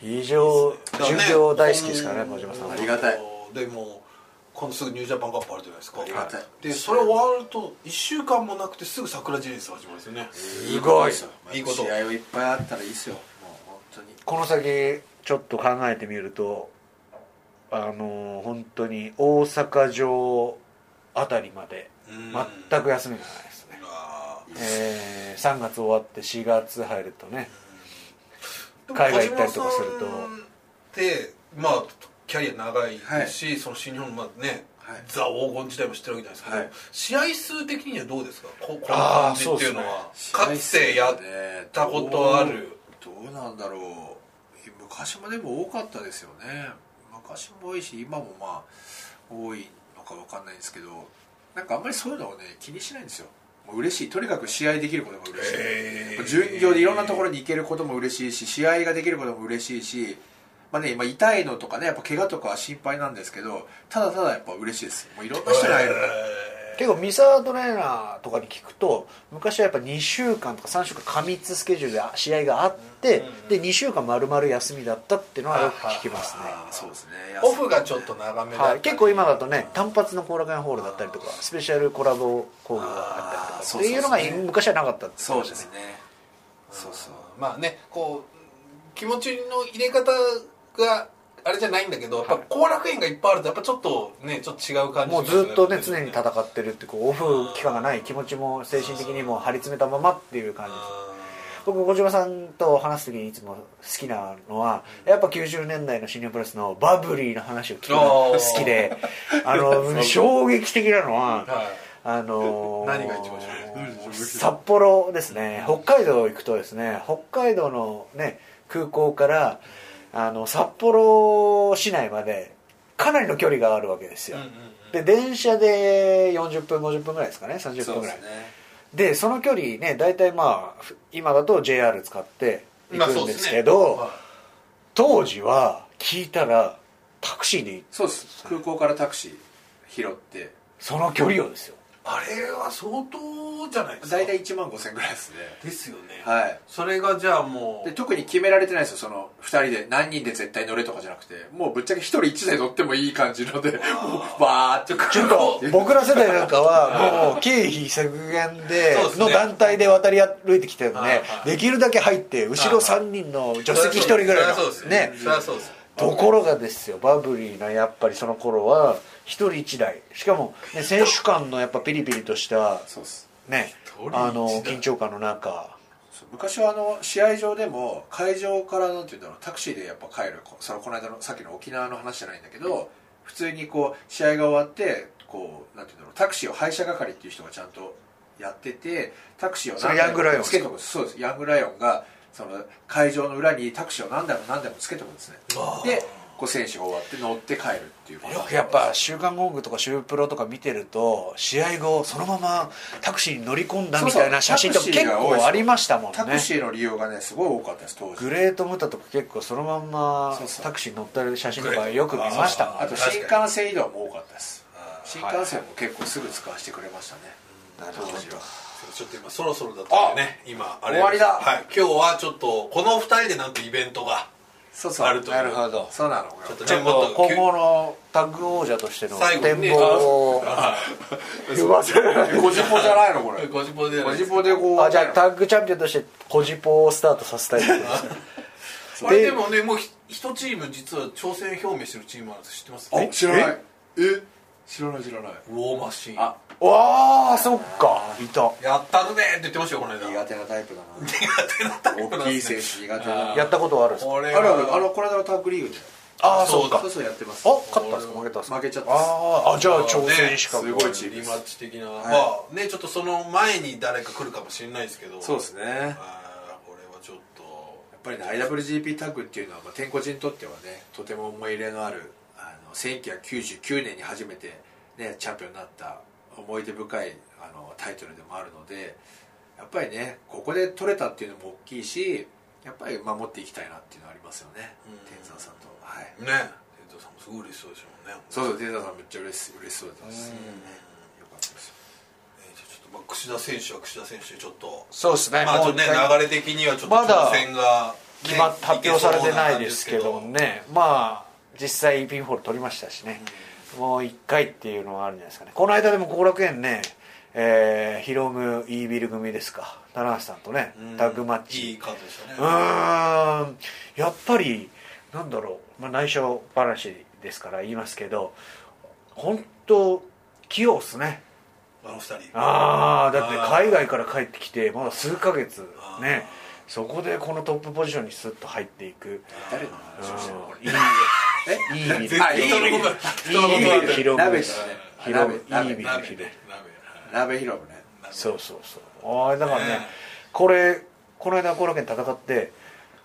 Speaker 1: 非常
Speaker 2: だからね
Speaker 1: 巡業大好きですからね小島さんは
Speaker 3: ありがたい
Speaker 2: でも今度すぐニュージャパンカップあるじゃないですか
Speaker 3: ありがたい
Speaker 2: でそれ終わると1週間もなくてすぐ桜ジェイス始まるんですよね
Speaker 1: すごい
Speaker 3: そう
Speaker 2: いいこと
Speaker 3: 試合をいっぱいあったらいいですよもう本当に
Speaker 1: この先ちょっと考えてみるとあのー本当に大阪城あたりまで
Speaker 2: うん
Speaker 1: 全く休みがないですね、
Speaker 2: あ
Speaker 1: えー3月終わって4月入るとね
Speaker 2: ー
Speaker 1: 海外行ったりとかすると
Speaker 2: でも小島さんってまあキャリア長いですし、その新日本のまあね、
Speaker 3: はい
Speaker 2: ザ黄金時代も知ってるわけじゃないですけど、
Speaker 3: は
Speaker 2: 試
Speaker 3: い
Speaker 2: 合数的にはどうですかここの
Speaker 1: あ
Speaker 2: 感
Speaker 1: ー
Speaker 2: じっていうのは
Speaker 3: そう
Speaker 2: か
Speaker 3: ですね
Speaker 2: つてやったことある
Speaker 3: どうどうなんだろう昔もでも多かったですよね昔も多いし今もまあ多いのか分かんないんですけどなんかあんまりそういうのをね気にしないんですよもう嬉しいとにかく試合できることが嬉しい、
Speaker 2: へー
Speaker 3: やっぱ巡業でいろんなところに行けることも嬉しいし試合ができることも嬉しいしまあね、今痛いのとかねやっぱ怪我とかは心配なんですけどただただやっぱ嬉しいですもういろんな人に会える
Speaker 1: 結構ミサートレーナーとかに聞くと昔はやっぱ2週間とか3週間過密スケジュールで試合があって、で2週間丸々休みだったっていうのはよく聞きますね
Speaker 3: あーそうですね
Speaker 2: オフがちょっと長めだった
Speaker 1: は
Speaker 2: り
Speaker 1: い、結構今だとね単発の後楽園ホールだったりとかスペシャルコラボ工業があったりと
Speaker 3: あー
Speaker 1: かっていうのが
Speaker 3: そうそうそう
Speaker 1: 昔はなかったってこと
Speaker 3: そうですねそうそう
Speaker 2: まあねこう気持ちの入れ方があれじゃないんだけどやっぱ後楽園がいっぱいあるとやっぱちょっとねちょっと違う感じ
Speaker 1: もうずっとね
Speaker 2: します
Speaker 1: 常に戦ってるってこうオフ期間がない気持ちも精神的にも張り詰めたままっていう感じです僕小島さんと話す時にいつも好きなのはやっぱ90年代のシニアプロレスのバブリーの話を聞くのが好きであの衝撃的なのは
Speaker 2: はい
Speaker 1: あのー
Speaker 2: 何が一番衝
Speaker 1: 札幌ですね北海道行くとですね北海道のね空港からあの札幌市内までかなりの距離があるわけですよ、
Speaker 2: うんうんうん
Speaker 1: で電車で40分50分ぐらいですかね30
Speaker 3: そ
Speaker 1: 分
Speaker 3: う
Speaker 1: ぐ
Speaker 3: で
Speaker 1: らい
Speaker 3: すね
Speaker 1: で,、その距離ね大体まあふ今だと JR 使って行くんですけど、
Speaker 2: まあ
Speaker 1: 当時は聞いたらタクシーで行
Speaker 3: そうです空港からタクシー拾って
Speaker 1: その距離をですよ
Speaker 2: そうですねあれは相当じゃないですか
Speaker 3: 大体1万5千ぐらいですね
Speaker 2: ですよね、
Speaker 3: はい
Speaker 2: それがじゃあもう
Speaker 3: で特に決められてないですよその2人で何人で絶対乗れとかじゃなくてもうぶっちゃけ1人1台乗ってもいい感じのでもうバーッと
Speaker 1: ちょっと僕ら世代なんかはもう経費削減で
Speaker 2: そうですね
Speaker 1: の団体で渡り歩いてきてるの
Speaker 2: はい
Speaker 1: で
Speaker 2: はい
Speaker 1: できるだけ入って後ろ3人の助手席1人ぐらい
Speaker 2: そりゃそうです
Speaker 1: の
Speaker 2: よ
Speaker 1: ね
Speaker 2: そりゃそうですよ
Speaker 1: ところがですよバブリーなやっぱりその頃は1人1台しかも、ね、選手間のやっぱピリピリとした
Speaker 3: そうっす
Speaker 1: ね
Speaker 2: 一人一台
Speaker 1: あの緊張感の中
Speaker 3: そう昔はあの試合場でも会場からなんて言うんだろうタクシーでやっぱ帰るこそのこの間のさっきの沖縄の話じゃないんだけど普通にこう試合が終わってこうなんて言うんだろうタクシーを配車係っていう人がちゃんとやっててタクシーを
Speaker 1: それヤングライオンです
Speaker 3: つ
Speaker 1: か
Speaker 3: けとくそうですヤングライオンがその会場の裏にタクシーを何台も何台もつけとくんですね
Speaker 2: あー
Speaker 3: でこう選手が終わって乗って帰るっていうパターン
Speaker 1: よくやっぱ「週刊ゴング」とか「週プロ」とか見てると試合後そのままタクシーに乗り込んだみたいな写真とか
Speaker 3: そうそう
Speaker 1: 結
Speaker 3: タクシーが多いです
Speaker 1: 構ありましたもんね
Speaker 3: タクシーの利用がねすごい多かったです当時
Speaker 1: グレートムタとか結構そのまんま
Speaker 3: そうそう
Speaker 1: タクシーに乗ってる写真とかよく見ましたもん
Speaker 3: あと
Speaker 1: ね
Speaker 3: 新幹線移動も多かったです
Speaker 2: あー
Speaker 3: 新幹線も結構すぐ使わせてくれましたね
Speaker 1: なる
Speaker 3: 当
Speaker 1: ほど
Speaker 3: 時は
Speaker 2: ちょっと今そろそろだったんでね今あれ
Speaker 3: 終わりだ
Speaker 2: はい、今日はちょっとこの二人でなんとイベントが
Speaker 3: そう
Speaker 2: そうあるというなるほ
Speaker 1: ど
Speaker 3: そうなの
Speaker 2: ちょっと
Speaker 1: ちょっと今後のタッグ王者としての
Speaker 2: 最後
Speaker 1: 展
Speaker 2: にね
Speaker 1: 望 を言わせる
Speaker 3: ご自報じゃないのこれ
Speaker 2: ご自分でやら
Speaker 3: ご
Speaker 2: ないで
Speaker 3: 自
Speaker 2: す
Speaker 3: 報でこう
Speaker 1: あじゃあタッグチャンピオンとしてコジポをスタートさせたいですね
Speaker 2: これでもねもうひ一チーム実は挑戦表明してるチームあるんです知ってます
Speaker 3: あ知らないえ知らない知らない
Speaker 2: ウォーマシーン
Speaker 3: あ
Speaker 1: わあそっかいた
Speaker 2: やったるねって言ってましたよこの間
Speaker 3: 苦手なタイプだ
Speaker 2: 苦手な
Speaker 3: な大きい選手苦手だな
Speaker 1: やったことはあるんですか
Speaker 2: これ
Speaker 3: あるある
Speaker 2: は
Speaker 3: あのこの間のタッグリーグで
Speaker 1: ああ
Speaker 2: そう
Speaker 1: そう
Speaker 2: だ
Speaker 1: か
Speaker 3: そうそうやってます
Speaker 1: あ勝ったんですか負けたんですか
Speaker 3: 負けちゃったっす
Speaker 1: あーあじゃあ挑戦しか
Speaker 3: すごいチーム
Speaker 2: リ
Speaker 3: です
Speaker 2: マッチ的な、まあねちょっとその前に誰か来るかもしれないですけど
Speaker 3: そうですねや
Speaker 2: あーこれはちょっと
Speaker 3: っぱりね IWGP タッグっていうのは、まあ、天候人にとってはねとても思い入れのあるあの1999年に初めて、ね、チャンピオンになった思い出深いあのタイトルでもあるのでやっぱりねここで取れたっていうのも大きいしやっぱり守っていきたいなっていうのはありますよね
Speaker 2: うん
Speaker 3: 天山さんとはい
Speaker 2: ね天童さんもすごい嬉しそうでしょうね
Speaker 3: そうそう天山さんめっちゃ嬉し嬉しそうだったですよかったですよ
Speaker 2: えーじゃあちょっとまあ櫛田選手は櫛田選手でちょっと
Speaker 1: そうですね
Speaker 2: まあちょっとね
Speaker 1: もう一回
Speaker 2: 流れ的にはちょっと
Speaker 1: まだ
Speaker 2: 挑戦がね
Speaker 1: 決まっ発表されてないですけ
Speaker 2: いけそう
Speaker 1: ど
Speaker 2: なん
Speaker 1: ねまあ実際ピンホール取りましたしね、もう一回っていうのはあるんじゃないですかねこの間でも後楽園ねえー、ヒロムイービル組ですか棚橋さんとね
Speaker 2: うん
Speaker 1: タッグマッチ
Speaker 2: いいカードでしたね
Speaker 1: うーんやっぱりなんだろう、まあ、内緒話ですから言いますけど本当器用っすね
Speaker 2: あの二人
Speaker 1: ああだって
Speaker 2: あー
Speaker 1: 海外から帰ってきてまだ数ヶ月
Speaker 2: あー
Speaker 1: ねそこでこのトップポジションにスッと入っていく
Speaker 3: 誰の話をしてるのこれ
Speaker 1: うん
Speaker 3: え
Speaker 1: いいいい意味で
Speaker 3: あいい
Speaker 1: いい
Speaker 3: 意
Speaker 1: 意味
Speaker 3: 味
Speaker 1: で
Speaker 3: で
Speaker 1: ヒロム
Speaker 3: 鍋ですね
Speaker 1: ヒロムいい
Speaker 3: 鍋
Speaker 1: 意味で
Speaker 2: 鍋
Speaker 1: ヒロム
Speaker 2: ね鍋
Speaker 3: 鍋広ロね
Speaker 1: そうそうそうああだからね
Speaker 2: ね
Speaker 1: これこの間後楽園戦って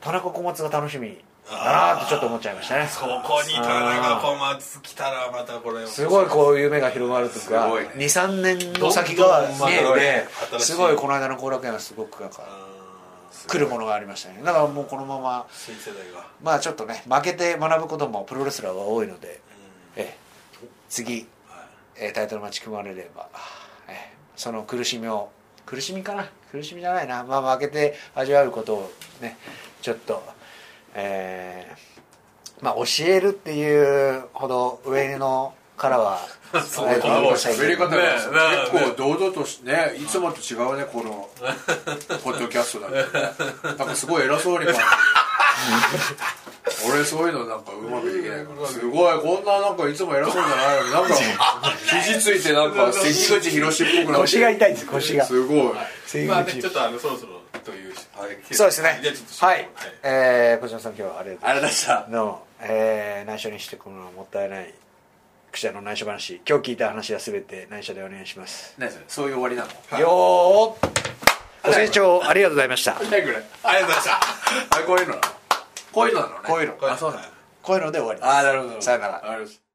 Speaker 1: 田中小松が楽しみだなってちょっと思っちゃいましたね
Speaker 2: そこに田中小松来たらまたこれ
Speaker 1: すごいこういう夢が広がるとか
Speaker 3: すごいね
Speaker 1: 23年の先が見え
Speaker 2: どんどん
Speaker 1: て
Speaker 2: 新しい
Speaker 1: すごいこの間の後楽園はすごくなんか
Speaker 2: あー
Speaker 1: 来るものがありましたねだからもうこのまま
Speaker 2: 新世代が
Speaker 1: まあちょっとね負けて学ぶこともプロレスラーは多いので、
Speaker 2: うん
Speaker 1: ええ次、
Speaker 2: はい
Speaker 1: えータイトルマッチ組まれれば、ええその苦しみを苦しみかな苦しみじゃないな、まあ、負けて味わうことをねちょっとえーまあ教えるっていうほど上のからは
Speaker 2: そう
Speaker 1: えー
Speaker 2: この
Speaker 3: 喋り方が
Speaker 2: ね
Speaker 3: 結
Speaker 2: ね
Speaker 3: 構堂々としねいつもと違うねこのポッドキャストだけどなんかすごい偉そうに感じる俺そういうのなんかうまくできないからすごいこんななんかいつも偉そうじゃないのになんか肘ついてなん か関口宏っぽくなって
Speaker 1: 腰が痛いんです腰が
Speaker 3: すごい
Speaker 2: まあねちょっとあのそろそろというはい
Speaker 1: そうですね
Speaker 2: じゃあちょっと
Speaker 1: はい、えー小島さん今日はありがとうございます
Speaker 3: あれだした
Speaker 1: どうも、えー内緒にしてくるのはもったいない記者の内緒話今日聞いた話は全て内緒でお願いします、
Speaker 3: 何それそういう終わりなの
Speaker 1: よーっご清聴ありがとうございました
Speaker 3: 何これ
Speaker 2: ありがとうございました
Speaker 3: あこういうのなのこういうのなのね
Speaker 1: こういうの
Speaker 3: あそうなの
Speaker 1: こういうので終わりです
Speaker 3: あなるほど
Speaker 1: さよなら
Speaker 3: ありがとうございます